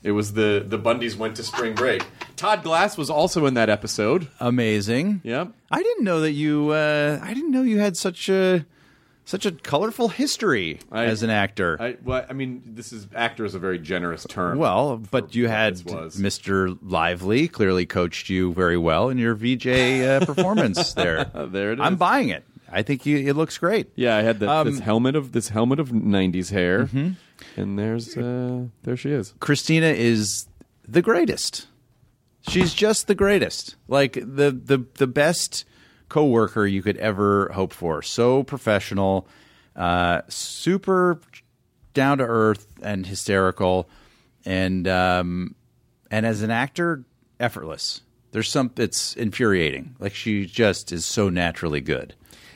A: It was the the Bundys went to spring break. Todd Glass was also in that episode.
D: Amazing.
A: Yep.
D: I didn't know that you. Uh, I didn't know you had such a such a colorful history
A: I-
D: as an actor.
A: I well, I mean, this is actor is a very generous term.
D: well, but you had
A: this was.
D: Mr. Lively clearly coached you very well in your VJ
A: (laughs)
D: uh, performance there.
A: Uh, There it
D: I'm
A: is.
D: buying it. I think you, it looks great.
A: yeah, I had the,
D: Um, Mm-hmm.
A: this helmet of this helmet of '90s hair, and there's uh, there she is.
D: Christina is the greatest. She's just the greatest. Like the the the best coworker you could ever hope for. So professional, uh, super down to earth and hysterical, and um, and as an actor, effortless. There's some. It's infuriating. Like she just is so naturally good.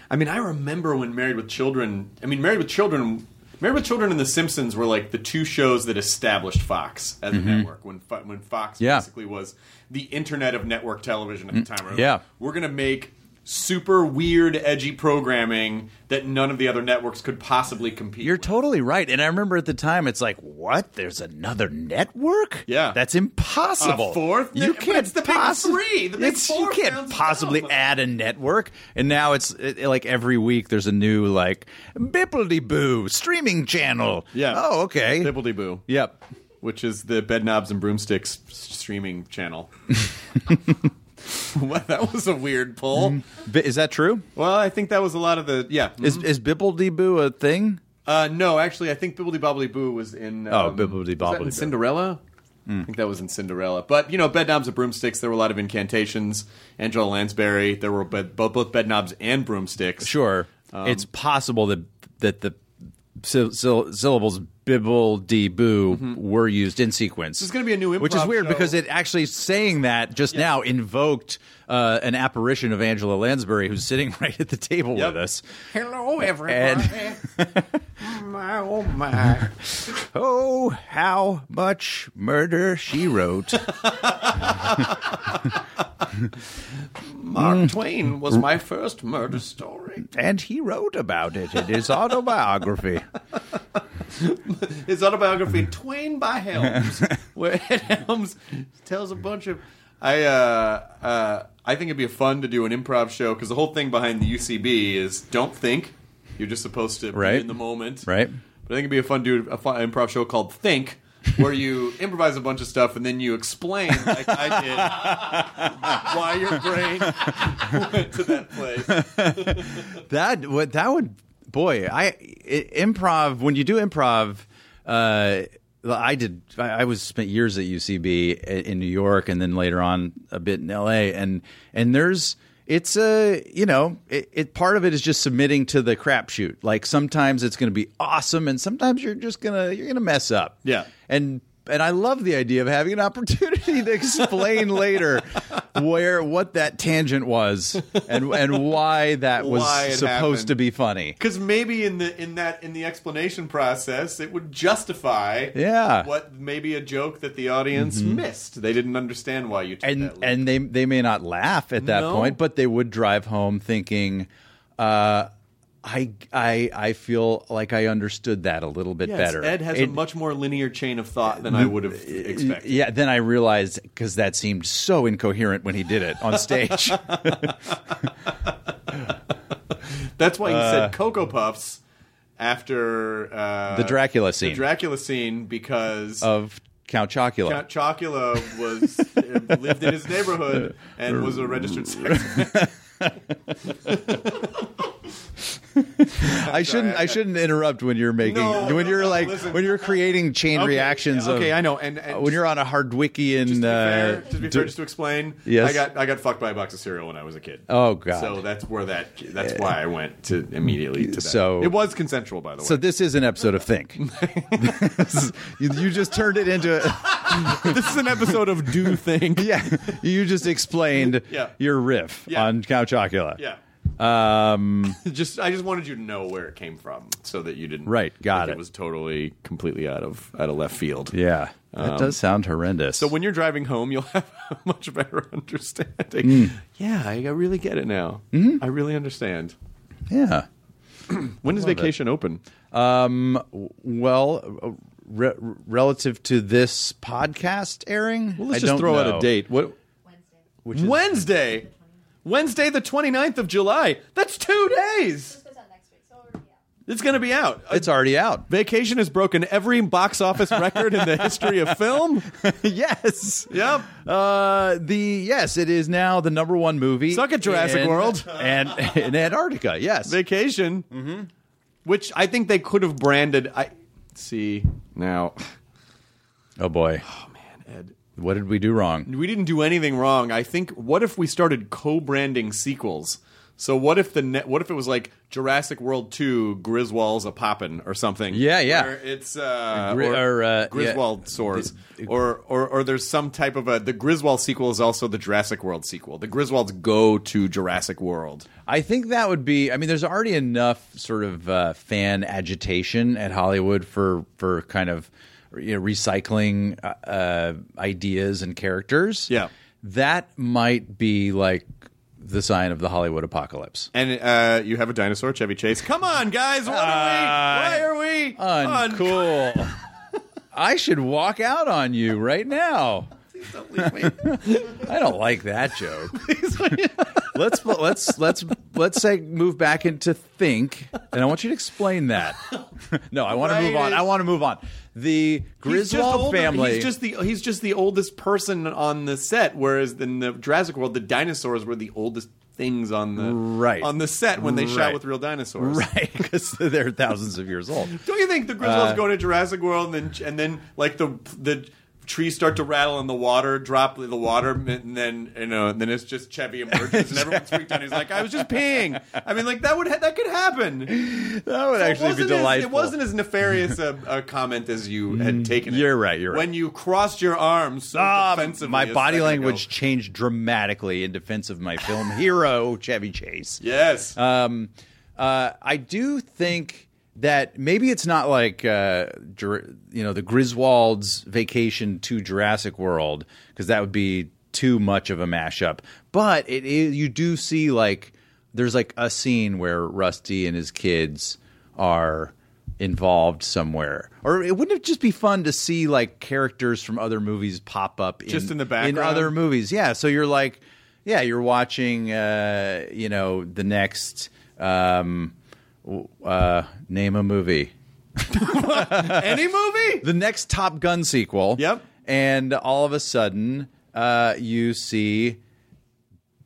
A: I mean, I remember when Married with Children. I mean, Married with Children. Married with Children and The Simpsons were like the two shows that established Fox as
D: Mhm.
A: a network. When Fo- when Fox
D: Yeah.
A: basically was the internet of network television at the
D: Mm,
A: time. Right?
D: yeah.
A: we're gonna make super weird, edgy programming that none of the other networks could possibly compete.
D: You're totally right. And I remember at the time, it's like, what? There's another network? Yeah, that's impossible.
A: A fourth
D: you
A: net- but
D: can't
A: it's the big
D: possi-
A: three, the big
D: it's- you
A: four
D: can't
A: rounds
D: possibly add a network. And now it's it, it- like every week there's a new like bippledy boo streaming channel.
A: Yeah.
D: Oh, okay.
A: Bibbledy Boo.
D: Yep.
A: Which is the Bed Knobs and Broomsticks s- streaming
D: (laughs)
A: channel. (laughs) well, that was a weird pull.
D: Bi- Is that true?
A: Well, I think that was a lot of the yeah.
D: Is is bibbledy boo a thing?
A: Uh, no, actually, I think Bibbledy Bobbly Boo was in.
D: Oh,
A: um,
D: Bibbledy
A: was that
D: Bobbly
A: in
D: Boo. Hmm.
A: Cinderella. I think that was in Cinderella. But you know, bed knobs and broomsticks. There were a lot of incantations. Angela Lansbury. There were bed, both both bed knobs and broomsticks.
D: Sure.
A: Um,
D: it's possible that that the syl- syl- syllables bibbledy boo were used in sequence.
A: Mm-hmm. This is going to be a new improv
D: Which is weird
A: show.
D: because it actually saying that just now invoked uh, an apparition of Angela Lansbury, who's sitting (laughs) right at the table with us.
E: Hello,
D: everybody.
E: (laughs) my, oh,
D: Hmm.
E: my.
D: oh, how much murder
A: (laughs)
D: she wrote.
A: Mark
D: Mm.
A: Twain was my first murder story.
D: And he wrote about it in his autobiography.
A: His
D: (laughs)
A: autobiography, Twain by Helms, where Ed Helms tells a bunch of. I uh, uh, I think it'd be fun to do an improv show because the whole thing behind the UCB is don't think. You're just supposed to
D: Right.
A: be in the moment,
D: Right.
A: But I think it'd be a fun do a fun improv show called Think, where you (laughs) improvise a bunch of stuff and then you explain like I did why
D: (laughs)
A: your brain (laughs) went to that place.
D: that would that would boy I i improv when you do improv uh I did I, I was spent years at UCB i- in New York and then later on a bit in LA and and there's it's a you know it, it part of it is just submitting to the crapshoot like sometimes it's going to be awesome and sometimes you're just gonna you're gonna mess up yeah and and I love the idea of having an opportunity to explain (laughs) later where what that tangent was and and why that was
A: Why it
D: supposed
A: happened.
D: to be funny.
A: Because maybe in the in that in the explanation process, it would justify
D: Yeah.
A: what maybe a joke that the audience
D: Mhm.
A: missed. They didn't understand why you took
D: And
A: that.
D: and they they may not laugh at that
A: No.
D: point, but they would drive home thinking uh I I I feel like I understood that a little bit
A: Yes,
D: better.
A: Ed has a much more linear chain of thought than I would have expected.
D: Yeah, then I realized because that seemed so incoherent when he did it on
A: (laughs)
D: stage.
A: That's why he
D: Uh,
A: said Cocoa Puffs after uh,
D: The Dracula scene. Oh,
A: The Dracula scene because
D: of Count Chocula.
A: Count Chocula
D: (laughs)
A: was lived in his
D: Uh,
A: neighborhood and was a registered
D: (laughs)
A: sex
D: I shouldn't. I shouldn't interrupt when you're making.
A: No,
D: when you're like.
A: listen.
D: when you're creating chain
A: Okay,
D: reactions.
A: yeah,
D: of-
A: okay, I know, and- and
D: when you're on a Hardwickian. uh,
A: just to be
D: d-
A: fair, just to explain,
D: Yes.
A: I got I got fucked by a box of cereal when I was a kid.
D: Oh, God.
A: So that's where that that's why I went to immediately to that.
D: So
A: it was consensual, by the way.
D: So this is an episode
A: (laughs)
D: of Think. (laughs) This is- you, you just turned it into. A, (laughs)
A: this is an episode of Do Think.
D: Yeah, you just explained
A: Yeah.
D: your riff
A: Yeah.
D: on Count
A: (laughs)
D: Chocula.
A: Yeah.
D: Um,
A: (laughs) just I just wanted you to know where it came from, so that you didn't
D: Right, got
A: like
D: it.
A: It was totally completely out of out of left field.
D: yeah, that
A: Um,
D: does sound horrendous.
A: So when you're driving home, you'll (laughs) have a much better (laughs) understanding.
D: Mm.
A: Yeah, I I really get it now.
D: Mm-hmm.
A: I really understand.
D: Yeah.
A: when is vacation open?
D: Um. w- Well, uh, re- relative to this podcast airing,
A: Well, let's
D: I
A: just
D: don't
A: throw out
D: know.
A: a date. What?
D: Which
A: is Wednesday. Wednesday, the 29th of July. That's two days. It's going to be out. It's
D: already
A: (laughs)
D: out.
A: Vacation has broken every box office record in the history of
D: (laughs)
A: film.
D: yes.
A: Yep.
D: Uh, the yes, it is now the number one movie.
A: Suck it, Jurassic
D: in-
A: World.
D: (laughs) and in Antarctica. Yes,
A: Vacation. Mm-hmm. Which I think they could have branded. I see now.
D: Oh boy.
A: Oh man, Ed.
D: What did we do wrong?
A: We didn't do anything wrong. I think. What if we started co-branding sequels? So what if the net? What if it was like Jurassic World Two, Griswold's a poppin' or something?
D: Yeah, yeah.
A: Where it's uh,
D: Gri-
A: or,
D: or, uh, yeah.
A: Griswold soars, or, or or there's some type of a. The Griswold sequel is also the Jurassic World sequel. The Griswolds go to Jurassic World.
D: I think that would be. I mean, there's already enough sort of uh, fan agitation at Hollywood for for kind of you know, recycling uh, uh, ideas and characters.
A: Yeah.
D: that might be like the sign of the Hollywood apocalypse.
A: And uh, you have a dinosaur, Chevy Chase. Come on, guys! What
D: Uh,
A: are we? Why are we? uncool? (laughs)
D: Uncool. I should walk out on you right now. (laughs) I don't like
A: (laughs)
D: that joke. let's let's let's let's say move back into think, and I want you to explain that. (laughs) No, I want to move on. I want to move on. The
A: He's just
D: Griswold
A: older.
D: family.
A: He's just the he's just the oldest person on the set, whereas in the Jurassic World, the dinosaurs were the oldest things on the
D: Right.
A: on the set when they shot
D: Right.
A: with real dinosaurs.
D: (laughs) right because they're thousands of years old.
A: Don't you think the
D: Uh,
A: Griswolds go to Jurassic World and then and then like the the trees start to rattle and the water drop the water and then you know and then it's just Chevy emerges and everyone's freaked out. He's like, I was just peeing. I mean, like that would ha- that could happen.
D: That would
A: (laughs) So it
D: actually be
A: wasn't as- it
D: delightful.
A: wasn't as nefarious (laughs) a, a comment as you had taken. It.
D: You're right, you're right.
A: When you crossed your arms so
D: Ah,
A: defensively,
D: my
A: a
D: body
A: second
D: language
A: ago.
D: changed dramatically in defense of my film hero Chevy Chase.
A: (laughs) Yes.
D: Um, uh, I do think that maybe it's not like uh, Jur- you know the Griswold's vacation to Jurassic World because that would be too much of a mashup. But it is you do see like there's like a scene where Rusty and his kids are involved somewhere. Or it wouldn't it just be fun to see like characters from other movies pop up
A: Just in the
D: in
A: background?
D: other movies. Yeah, so you're like, yeah, you're watching, uh, you know, the next um, w- uh, name a movie,
A: Any movie?
D: the next Top Gun sequel.
A: Yep.
D: and all of a sudden, uh, you see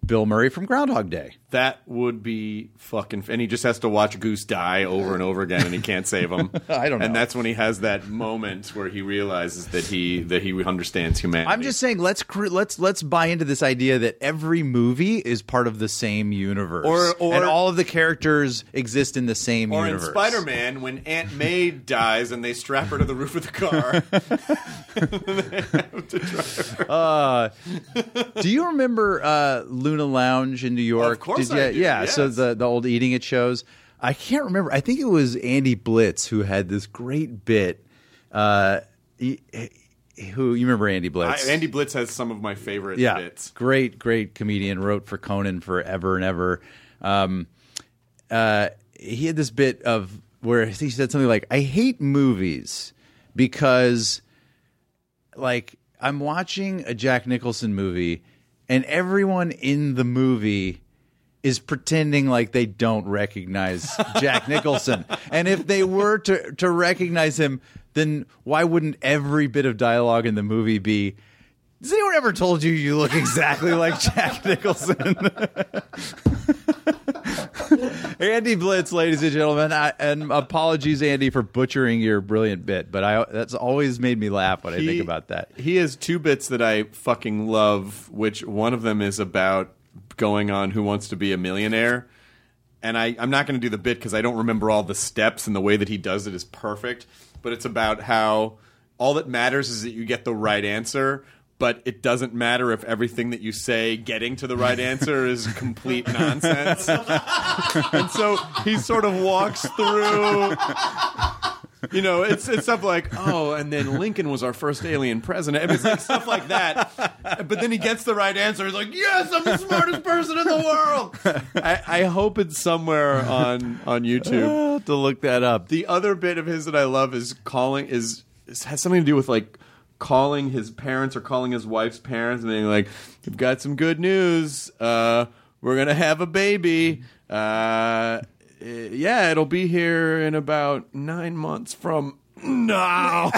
D: Bill Murray from Groundhog Day.
A: That would be fucking. And he just has to watch Goose die over and over again, and he can't save (laughs) him.
D: I don't
A: And
D: know.
A: that's when he has that moment where he realizes that he that he understands humanity.
D: I'm just saying, let's cr- let's let's buy into this idea that every movie is part of the same universe,
A: Or- or-
D: and all of the characters exist in the same
A: Or
D: universe.
A: in Spider Man, when Aunt May dies and they strap her to the roof of the (laughs) car.
D: Do you remember uh, Luna Lounge in New York?
A: course
D: Did
A: I
D: you-
A: do,
D: Yeah, so
A: yes.
D: the the old eating it shows. I can't remember. I think it was Andy Blitz who had this great bit. Uh, he- he- who you remember Andy
A: I,
D: Blitz?
A: Andy Blitz has some of my favorite
D: yeah,
A: bits.
D: great, great comedian. Wrote for Conan forever and ever. Um, uh, he had this bit of where he said something like, "I hate movies because." like I'm watching a Jack Nicholson movie and everyone in the movie is pretending like they don't recognize Jack (laughs) Nicholson. And if they were to to recognize him, then why wouldn't every bit of dialogue in the movie be has anyone ever told you you look exactly like Jack Nicholson? (laughs) Andy Blitz, ladies and gentlemen, I, and apologies, Andy, for butchering your brilliant bit, but I that's always made me laugh when I
A: He-
D: think about that.
A: He has two bits that I fucking love, which one of them is about going on Who Wants to Be a Millionaire. And I, I'm not going to do the bit because I don't remember all the steps, and the way that he does it is perfect. But it's about how all that matters is that you get the right answer. But it doesn't matter if everything that you say getting to the right answer is complete nonsense. and so he sort of walks through you know, it's it's stuff like, oh, and then Lincoln was our first alien president. I mean, It's like stuff like that. But then he gets the right answer. He's like, yes, I'm the smartest person in the world. I, I hope it's somewhere on on YouTube.
D: to look that up.
A: The other bit of his that I love is calling is, is has something to do with like calling his parents or calling his wife's parents and being like, "We've got some good news. Uh, we're gonna have a baby. Uh, eh, yeah, it'll be here in about nine months from." now." (laughs)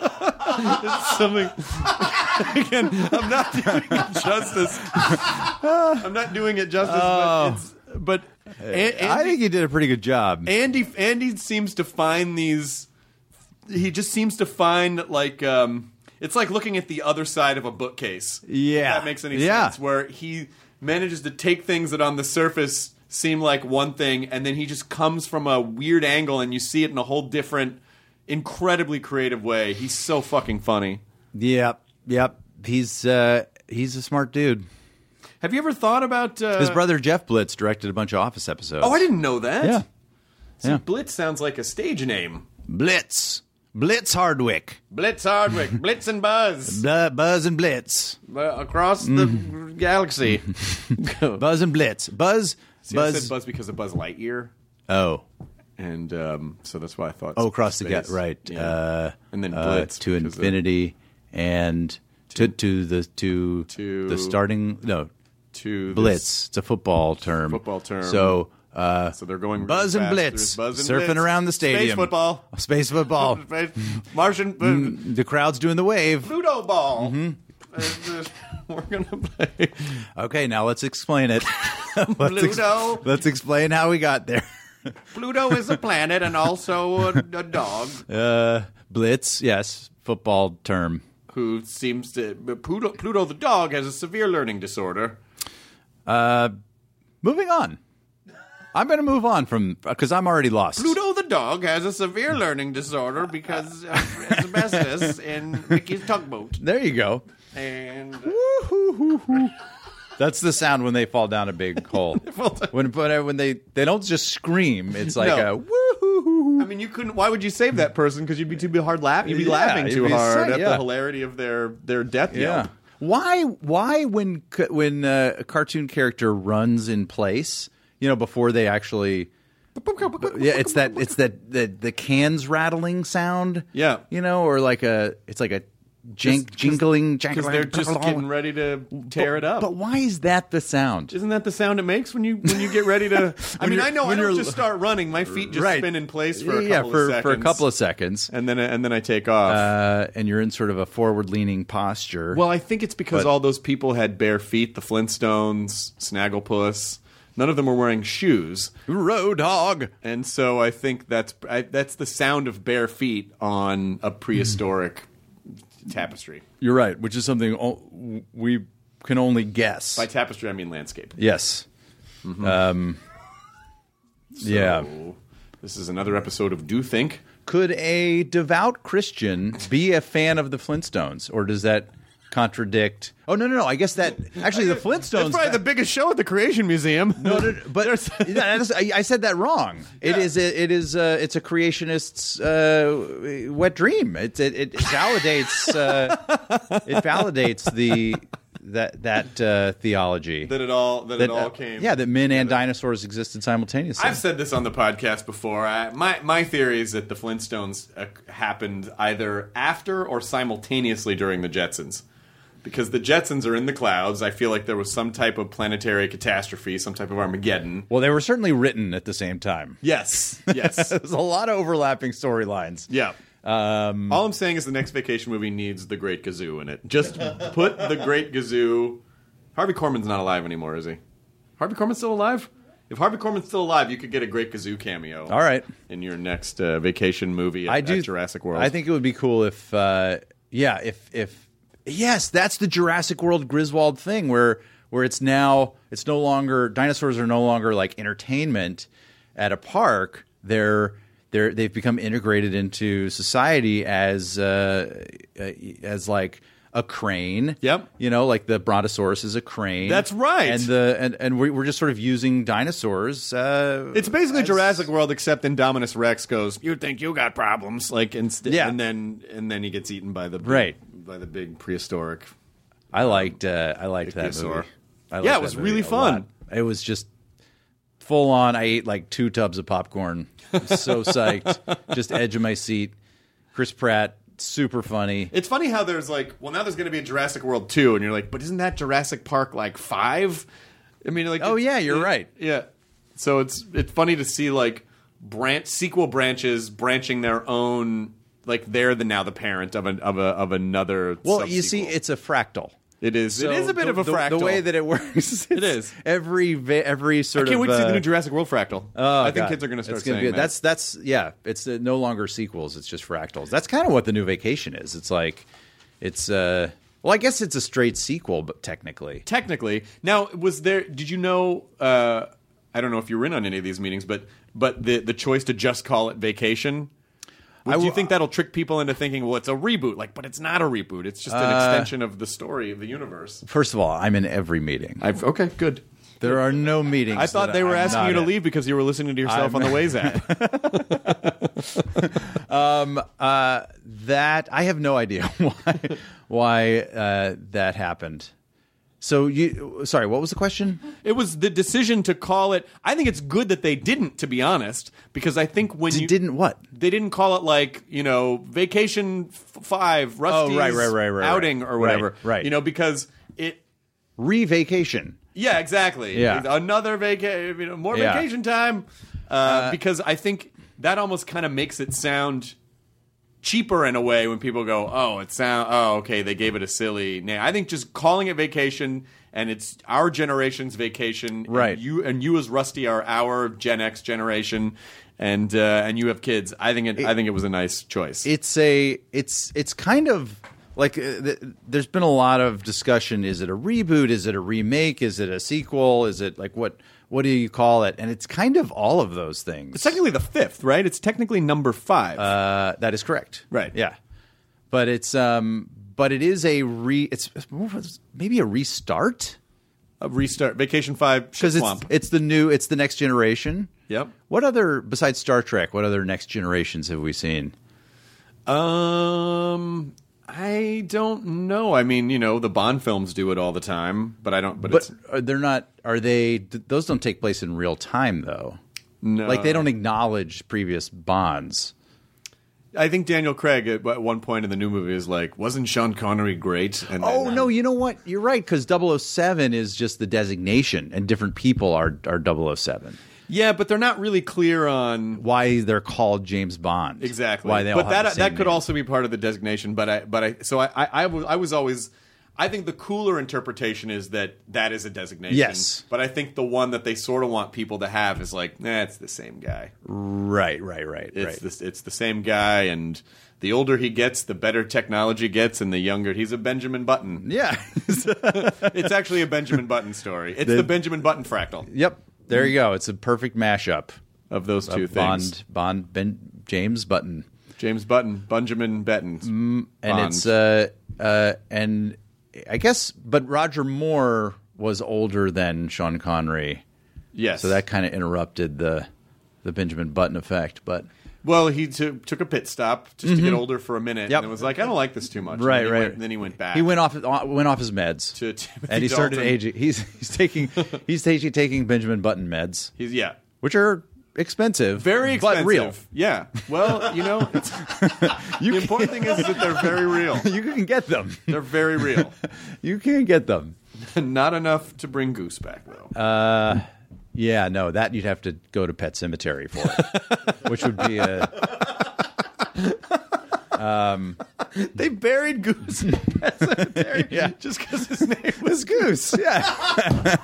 A: oh my god! (laughs) it's something. (laughs) Again, I'm not doing it justice. I'm not doing it justice. But, it's, but A-
D: I
A: Andy-
D: think you did a pretty good job.
A: Andy Andy seems to find these. He just seems to find like um, it's like looking at the other side of a bookcase.
D: Yeah.
A: if that makes any
D: Yeah.
A: sense. Where he manages to take things that on the surface seem like one thing, and then he just comes from a weird angle, and you see it in a whole different, incredibly creative way. He's so fucking funny.
D: Yep, yep. He's uh, he's a smart dude.
A: Have you ever thought about uh,
D: His brother Jeff Blitz directed a bunch of Office episodes.
A: Oh, I didn't know that.
D: Yeah.
A: See,
D: Yeah.
A: Blitz sounds like a stage name.
D: Blitz, Blitz Hardwick,
A: Blitz Hardwick, Blitz and
D: (laughs)
A: Buzz
D: Bu- Buzz and Blitz,
A: uh, across the
D: Mm-hmm. (laughs)
A: galaxy.
D: Buzz and Blitz, Buzz,
A: See, I
D: Buzz.
A: said Buzz because of Buzz Lightyear,
D: Oh,
A: and um, so that's why I thought.
D: oh, across the
A: space.
D: gap, right?
A: Yeah.
D: Uh,
A: and then
D: uh,
A: Blitz
D: to
A: because of-
D: infinity and to to the to,
A: To-
D: the starting no
A: to this-
D: Blitz. It's a football term.
A: Football term.
D: So. Uh,
A: So they're going really
D: Buzz and
A: fast.
D: Blitz,
A: There's Buzz and
D: surfing
A: Blitz.
D: around the stadium.
A: Space
D: Oh.
A: football.
D: Space football. (laughs)
A: Space- Martian uh,
D: the crowd's doing the wave.
A: Pluto ball. Uh,
D: Mm-hmm.
A: (laughs) We're
D: (laughs)
A: gonna play.
D: Okay, now let's explain it. let's,
E: Pluto.
D: let's explain how we got there.
E: Pluto is a planet and also a, a
D: (laughs)
E: dog
D: Uh, blitz, yes, football term.
E: who seems to. but Pluto, Pluto the dog has a severe learning disorder.
D: Moving on. I'm going to move on from because I'm already lost.
E: Pluto the dog has a severe learning disorder because of asbestos in Mickey's tugboat.
D: There you go.
E: And
D: uh, Woo-hoo-hoo-hoo. That's the sound when they fall down a big hole. when but when they they don't just scream, it's like
A: No.
D: a woo hoo hoo.
A: I mean, you couldn't. Why would you save that person? Because you'd be too be hard laugh. You'd be
D: Yeah,
A: laughing
D: you'd
A: too
D: be
A: hard
D: sick,
A: at
D: yeah.
A: the hilarity of their their death
D: Yeah.
A: yell.
D: Why? Why when c- when uh, a cartoon character runs in place, you know, before they actually. Yeah, it's that it's that the the cans rattling sound.
A: Yeah.
D: you know, or like a it's like a jink, jingling
A: Because
D: jangling.
A: they're just getting ready to tear it up.
D: But why is that the sound?
A: Isn't that the sound it makes when you when you get
D: (laughs)
A: ready to? I
D: When
A: mean,
D: you're-
A: I know I
D: when
A: don't
D: you're-
A: just start running. My feet just spin in place for a
D: yeah
A: couple
D: for
A: of seconds.
D: for a couple of seconds,
A: and then and then I take off.
D: uh, and you're in sort of a forward leaning posture.
A: well, I think it's because
D: but-
A: all those people had bare feet. The Flintstones, Snagglepuss, none of them were wearing shoes,
D: road hog.
A: and so I think that's I, that's the sound of bare feet on a prehistoric tapestry.
D: You're right, which is something o- we can only guess.
A: By tapestry, I mean landscape.
D: Yes. Um, Yeah.
A: So, This is another episode of Do Think.
D: Could a devout Christian be a fan of the Flintstones, or does that contradict? Oh no, no, no! I guess that actually the Flintstones.
A: That's probably the biggest show at the Creation Museum.
D: No, no, no, but Yeah, that's- I, I said that wrong. It is. A, it is. A, it's a creationist's uh, wet dream. It it, it validates. Uh, it validates the that that uh,
A: (laughs)
D: theology
A: that it all that, it all
D: uh,
A: came.
D: Yeah, that men and dinosaurs existed simultaneously.
A: I've said this on the podcast before. I, my my theory is that the Flintstones uh, happened either after or simultaneously during the Jetsons, because the Jetsons are in the clouds. I feel like there was some type of planetary catastrophe, some type of Armageddon.
D: Well, they were certainly written at the same time.
A: Yes, (laughs) yes,
D: There's a lot of overlapping storylines.
A: yeah. Um, all I'm saying is the next vacation movie needs the Great Gazoo in it. Just put the Great Gazoo. Harvey Korman's not alive anymore, is he? Harvey Korman's still alive. If Harvey Korman's still alive, you could get a Great Gazoo cameo.
D: All right.
A: in your next uh, vacation movie at,
D: I do
A: at Jurassic World.
D: I think it would be cool if uh yeah, if if yes, that's the Jurassic World Griswold thing where where it's now it's no longer dinosaurs are no longer like entertainment at a park. They're they're they've become integrated into society as uh, uh as like a crane.
A: Yep.
D: You know, like the brontosaurus is a crane.
A: That's right.
D: And the and and we- we're just sort of using dinosaurs uh
A: it's basically Jurassic World, except Indominus Rex goes, "You think you got problems?" Like, and, st-
D: Yeah.
A: and then and then he gets eaten by the
D: Right.
A: by the big prehistoric.
D: I liked uh, I liked that
A: Ichthyosaur.
D: movie. I liked
A: Yeah, it
D: that
A: was
D: movie
A: really
D: a
A: fun.
D: lot. It was just full on. I ate like two tubs of popcorn.
A: (laughs)
D: I'm so psyched. just edge of my seat. Chris Pratt, super funny.
A: It's funny how there's like, well, now there's going to be a Jurassic World two, and you're like, but isn't that Jurassic Park like five? I mean, like,
D: Oh,
A: it-
D: yeah, you're
A: it-
D: right.
A: Yeah, so it's it's funny to see like branch sequel branches branching their own. Like they're the now the parent of an of a of another.
D: Well, you
A: sub-sequel.
D: see, it's a fractal.
A: It is.
D: So
A: it is a bit
D: the-
A: of a
D: the-
A: fractal.
D: The, way that it works,
A: It is.
D: every va- every
A: I
D: sort
A: can't
D: of.
A: wait to see the
D: uh,
A: new Jurassic World fractal.
D: oh,
A: I think
D: God.
A: kids are going to
D: It's
A: start
D: gonna
A: saying
D: be-
A: that.
D: That's that's yeah. It's uh, no longer sequels. It's just fractals. That's kind of what the new vacation is. It's like, it's uh, Well, I guess it's a straight sequel, but technically.
A: technically now was there did you know uh i don't know if you were in on any of these meetings but but the the choice to just call it vacation do you
D: w-
A: think that'll trick people into thinking well it's a reboot like but it's not a reboot it's just an
D: Uh,
A: extension of the story of the universe
D: First of all, I'm in every meeting.
A: i've okay good
D: there are no meetings.
A: I thought
D: that
A: they were
D: I'm
A: asking you
D: not
A: to
D: in.
A: leave because you were listening to yourself on
D: I'm-
A: the Waze
D: (laughs)
A: app.
D: Uh, that I have no idea (laughs) why why uh, that happened. So you sorry, what was the question?
A: it was the decision to call it. I think it's good that they didn't, to be honest, because I think when
D: D-
A: you
D: didn't what?
A: they didn't call it like you know vacation f- five rusty's
D: Oh, right, right, right, right, right.
A: outing or whatever
D: Right, right.
A: you know because it
D: Revacation.
A: yeah exactly
D: Yeah.
A: another vacation you know more
D: Yeah.
A: vacation time uh, because i think that almost kind of makes it sound cheaper in a way when people go oh it sound oh okay they gave it a silly name i think just calling it vacation and it's our generation's vacation and
D: Right.
A: you and you as rusty are our gen x generation and uh, and you have kids i think it, i think it was a nice choice
D: It's a it's it's kind of like uh, th- there's been a lot of discussion is it a reboot is it a remake is it a sequel is it like what what do you call it and it's kind of all of those things
A: It's technically the fifth, right? It's technically number five.
D: Uh, that is correct.
A: Right.
D: Yeah. But it's um but it is a re it's it's more of a- maybe a restart
A: a restart. Vacation five. Shit
D: because it's
A: swamp.
D: it's the new it's the next generation.
A: Yep.
D: What other besides Star Trek, what other next generations have we seen?
A: um, I don't know. I mean, you know, the Bond films do it all the time, but I don't. But,
D: But
A: it's,
D: are they're not are they th- those don't take place in real time though.
A: no,
D: Like they don't acknowledge previous bonds.
A: I think Daniel Craig at, at one point in the new movie is like, "Wasn't Sean Connery great?" And
D: Oh
A: then,
D: no,
A: um,
D: you know what? You're right cuz 007 is just the designation and different people are oh are 007.
A: uh, yeah, but they're not really clear on
D: Why they're called James Bond.
A: Exactly.
D: Why they
A: but
D: all
A: that
D: have the same
A: that could
D: name.
A: also be part of the designation. But I but I so I I, I, was, I was always I think the cooler interpretation is that that is a designation.
D: Yes.
A: But I think the one that they sort of want people to have is like, nah, it's the same guy.
D: Right, right, right,
A: It's
D: right.
A: this it's the same guy, and the older he gets, the better technology gets, and the younger he's a Benjamin Button.
D: (laughs) yeah.
A: it's actually a Benjamin Button story. It's the, Benjamin Button fractal
D: yep. There you go. It's a perfect mashup.
A: of those two
D: of
A: things.
D: Bond, Bond, Ben, James Button,
A: James Button, Benjamin Button,
D: Mm. and
A: Bond.
D: it's uh, uh, and I guess, but Roger Moore was older than Sean Connery,
A: yes.
D: so that kind of interrupted the the Benjamin Button effect. But
A: Well, he t- took a pit stop just to get older for a minute,
D: Mm-hmm. Yep.
A: and was like, "I don't like this too much." And
D: right,
A: then he
D: right.
A: Went, then he went back.
D: He went off uh, went off his meds
A: To Timothy
D: and he started
A: Dalton.
D: aging. He's he's taking he's actually taking Benjamin Button meds,
A: He's yeah,
D: which are expensive,
A: very expensive.
D: but real.
A: Yeah. Well, you know, it's, the important thing is that they're very
D: (laughs)
A: real.
D: You can get them.
A: They're very
D: (laughs)
A: real.
D: You can get them.
A: Not enough to bring Goose back though.
D: Yeah, no, that you'd have to go to Pet
A: (laughs)
D: Cemetery for, it, which would be a um,
A: they buried Goose in Pet
D: (laughs)
A: Cemetery just because his name was Goose.
D: yeah.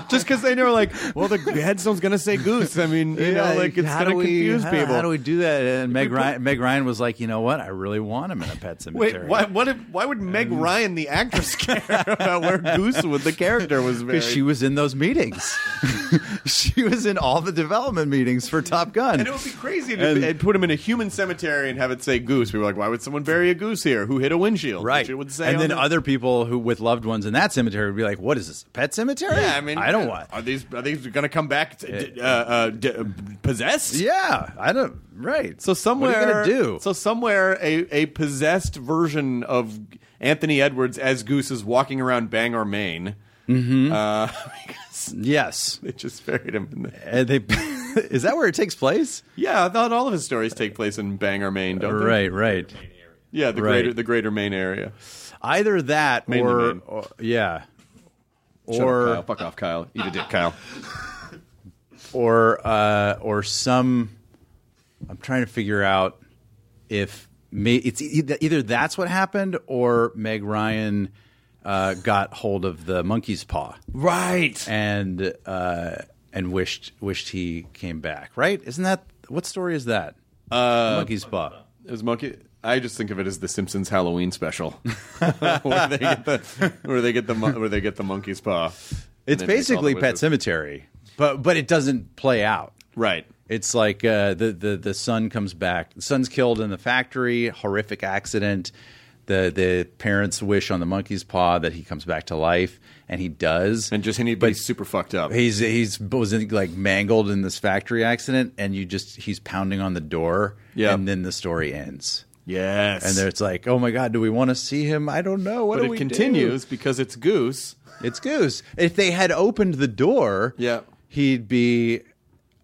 A: (laughs) Just because they know, like, well, the headstone's gonna say Goose. I mean, you know, like it's
D: how
A: gonna
D: do we-
A: confuse
D: how-
A: people.
D: How do we do that? And Meg
A: put-
D: Ryan, Meg Ryan was like, you know what? I really want him in a Pet
A: Wait,
D: Cemetery.
A: why, what if, why would Meg Ryan, the actress, (laughs) care about where Goose was, the character
D: (laughs)
A: was buried?
D: Because she was in those meetings. (laughs) she was in all the development meetings for Top Gun.
A: and it would be crazy to and put him in a human cemetery and have it say goose. We were like, why would someone bury a goose here? Who hit a windshield?
D: Right,
A: Which it would say.
D: and
A: on
D: then
A: the-
D: other people who with loved ones in that cemetery would be like, "What is this? a Pet cemetery?
A: (laughs) Yeah, I mean,
D: I don't want.
A: Are these are these going to come back to, d- uh, uh, d- uh, possessed?
D: Yeah, I don't. Right.
A: So somewhere,
D: what are you gonna do?
A: so somewhere, a, a possessed version of Anthony Edwards as Goose is walking around Bangor, Maine.
D: yes,
A: They just buried him. In the-
D: and they (laughs) is that where it takes place?
A: yeah, I thought all of his stories take place in Bangor, Maine, don't they?
D: Right, right.
A: Yeah, the
D: Right.
A: greater the greater Maine area.
D: Either that
A: Mainly
D: or,
A: Maine.
D: or yeah,
A: Shut up,
D: or
A: Kyle. fuck off, Kyle. Eat a dick, Kyle.
D: or uh, or some. I'm trying to figure out if may, it's e- either that's what happened or Meg Ryan uh, got hold of the monkey's paw
A: Right.
D: and uh, and wished wished he came back. Right? Isn't that what story is that? Uh, monkey's paw.
A: It was monkey. I just think of it as the Simpsons Halloween (laughs) special, where they get the where they get the mon- where they get the monkey's paw.
D: It's basically Pet Cemetery, but but it doesn't play out.
A: Right.
D: It's like uh, the the the son comes back. The son's killed in the factory. Horrific accident. The the parents wish on the monkey's paw that he comes back to life, and he does.
A: and just and he's super fucked up.
D: He's he's was in, like mangled in this factory accident, and you just he's pounding on the door,
A: Yeah.
D: and then the story ends.
A: yes,
D: And there it's like, oh my god, do we want to see him? I don't know. What
A: but
D: do
A: it
D: we do?
A: continues because it's Goose.
D: It's Goose. If they had opened the door,
A: Yeah.
D: he'd be.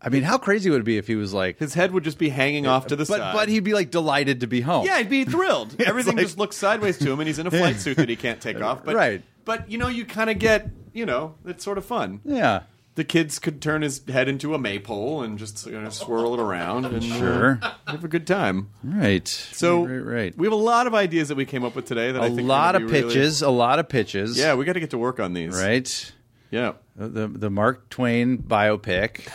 D: I mean, how crazy would it be if he was like,
A: His head would just be hanging off to the
D: but
A: side.
D: but he'd be like delighted to be home.
A: Yeah, he'd be
D: (laughs)
A: thrilled. Everything just looks sideways to him, and he's in a flight suit that he can't take off. But,
D: Right.
A: But you know, you kind of get you know, it's sort of fun.
D: yeah,
A: The kids could turn his head into a maypole and just you know, swirl it around and uh,
D: sure.
A: have a good time.
D: right.
A: So
D: right, right.
A: we have a lot of ideas that we came up with today. That I
D: a
A: think are
D: lot
A: gonna
D: of
A: be really-
D: pitches, a lot of pitches.
A: yeah, we got to get to work on these.
D: right.
A: Yeah.
D: The the Mark Twain
A: (laughs)
D: biopic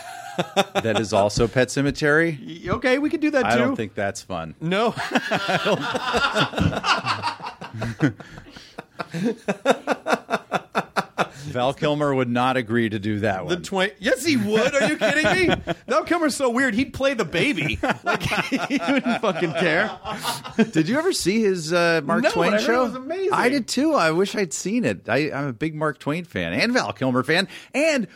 D: that is also Pet Cemetery.
A: Y- Okay, we could do that too.
D: I don't think that's fun.
A: No. (laughs)
D: Val Kilmer would not agree to do that
A: The
D: one.
A: twain. Yes, he would. Are you
D: (laughs)
A: kidding me? Val Kilmer's so weird. He'd play the baby. Like (laughs) he wouldn't fucking care.
D: (laughs) Did you ever see his uh, Mark
A: No,
D: Twain
A: but I heard it
D: show?
A: was amazing.
D: I did too. I wish I'd seen it. I, I'm a big Mark Twain fan and Val Kilmer fan and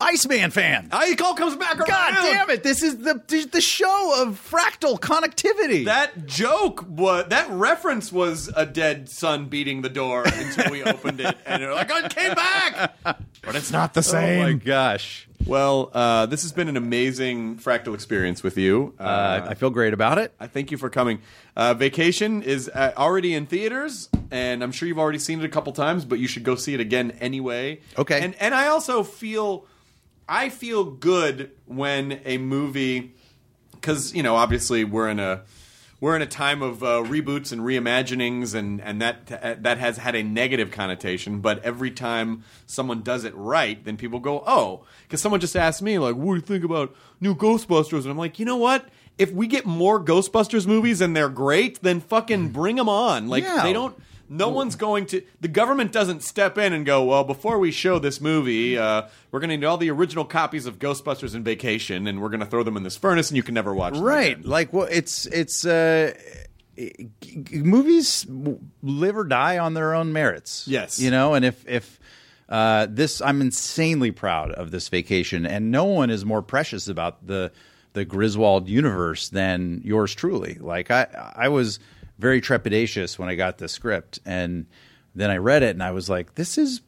D: Iceman fan.
A: I Ah, call comes back around.
D: God damn it! This is the this is the show of fractal connectivity.
A: That joke was that reference was a dead son beating the door until we opened it, and they're like, "I came back." But it's not the
D: Oh my gosh!
A: Well, uh, this has been an amazing fractal experience with you. Uh,
D: Uh, I feel great about it.
A: I thank you for coming. Uh, Vacation is uh, already in theaters, and I'm sure you've already seen it a couple times, but you should go see it again anyway.
D: Okay.
A: And and I also feel I feel good when a movie because you know obviously we're in a we're in a time of uh, reboots and reimaginings and and that that has had a negative connotation but every time someone does it right then people go oh because someone just asked me like what do you think about new ghostbusters and i'm like you know what if we get more ghostbusters movies and they're great then fucking bring them on like
D: Yeah.
A: they don't no one's going to. The government doesn't step in and go, well, before we show this movie, uh, we're going to need all the original copies of Ghostbusters and Vacation, and we're going to throw them in this furnace, and you can never watch them.
D: Right?
A: again."
D: Like, well, it's it's uh, g- g- movies w- live or die on their own merits.
A: Yes.
D: you know, and if if uh, this, I'm insanely proud of this vacation, and no one is more precious about the the Griswold universe than yours truly. Like, I I was very trepidatious when I got the script, and then I read it, and I was like, this is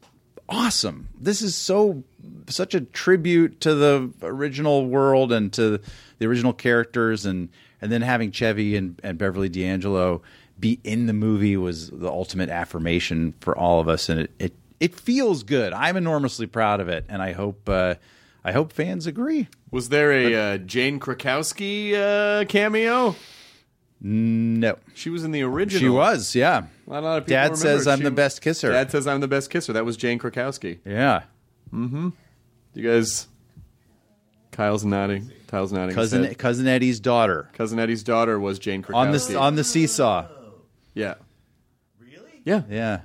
D: awesome. This is so such a tribute to the original world and to the original characters and and then having Chevy and, and Beverly D'Angelo be in the movie was the ultimate affirmation for all of us and it it, it feels good. I'm enormously proud of it and I hope uh, I hope fans agree.
A: Was there a uh, Jane Krakowski uh, cameo?
D: No.
A: She was in the original.
D: She was, yeah.
A: A lot of people
D: Dad
A: remember
D: says I'm
A: she-
D: the best kisser.
A: Dad says I'm the best kisser. That was Jane Krakowski.
D: yeah.
A: You guys. Kyle's nodding. Kyle's nodding. his
D: Cousin
A: head.
D: cousin Eddie's daughter
A: Cousin Eddie's daughter was Jane Krakowski.
D: on the on the seesaw.
A: yeah.
D: Yeah.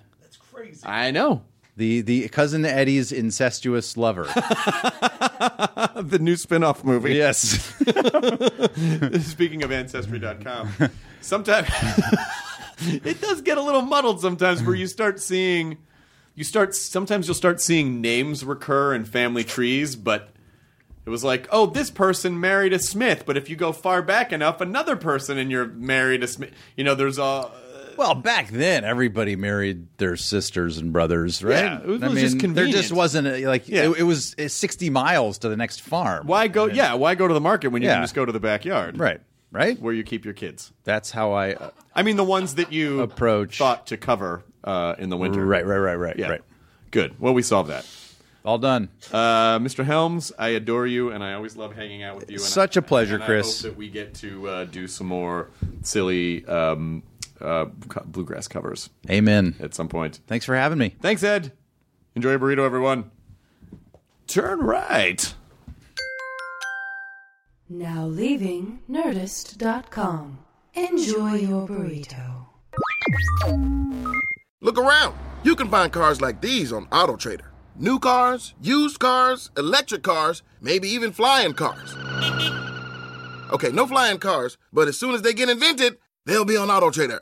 A: I know.
D: The the cousin Eddie's
A: (laughs)
D: incestuous lover.
A: The new spin off movie.
D: yes.
A: (laughs) Speaking of ancestry.com, sometimes (laughs) it does get a little muddled sometimes where you start seeing you start sometimes you'll start seeing names recur in family trees, but it was like, oh, this person married a Smith, but if you go far back enough, another person and you're married a Smith. You know, there's a
D: Well, back then everybody married their sisters and brothers, right?
A: Yeah, it was- it was just convenient.
D: There just wasn't a, like
A: Yeah.
D: it, it was uh, sixty miles to the next farm.
A: why go? Yeah, why go to the market when you
D: Yeah.
A: can just go to the backyard?
D: Right. Right.
A: where you keep your kids.
D: That's how I. Uh,
A: I mean, the ones that you
D: Approach.
A: thought to cover uh, in the winter.
D: right. Right. Right. Right.
A: Yeah.
D: Right.
A: Good. Well, we solved that.
D: All done.
A: Uh, Mr. Helms, I adore you, and I always love hanging out with you. And
D: Such a pleasure,
A: and I
D: Chris.
A: hope that we get to uh, do some more silly um, uh, co- bluegrass covers
D: Amen.
A: at some point.
D: Thanks for having me.
A: Thanks, Ed. Enjoy your burrito, everyone. Turn right.
C: Now leaving Nerdist.com.
H: Enjoy your burrito.
I: Look around. You can find cars like these on AutoTrader. New cars, used cars, electric cars, maybe even flying cars. Okay, no flying cars, but as soon as they get invented, they'll be on AutoTrader.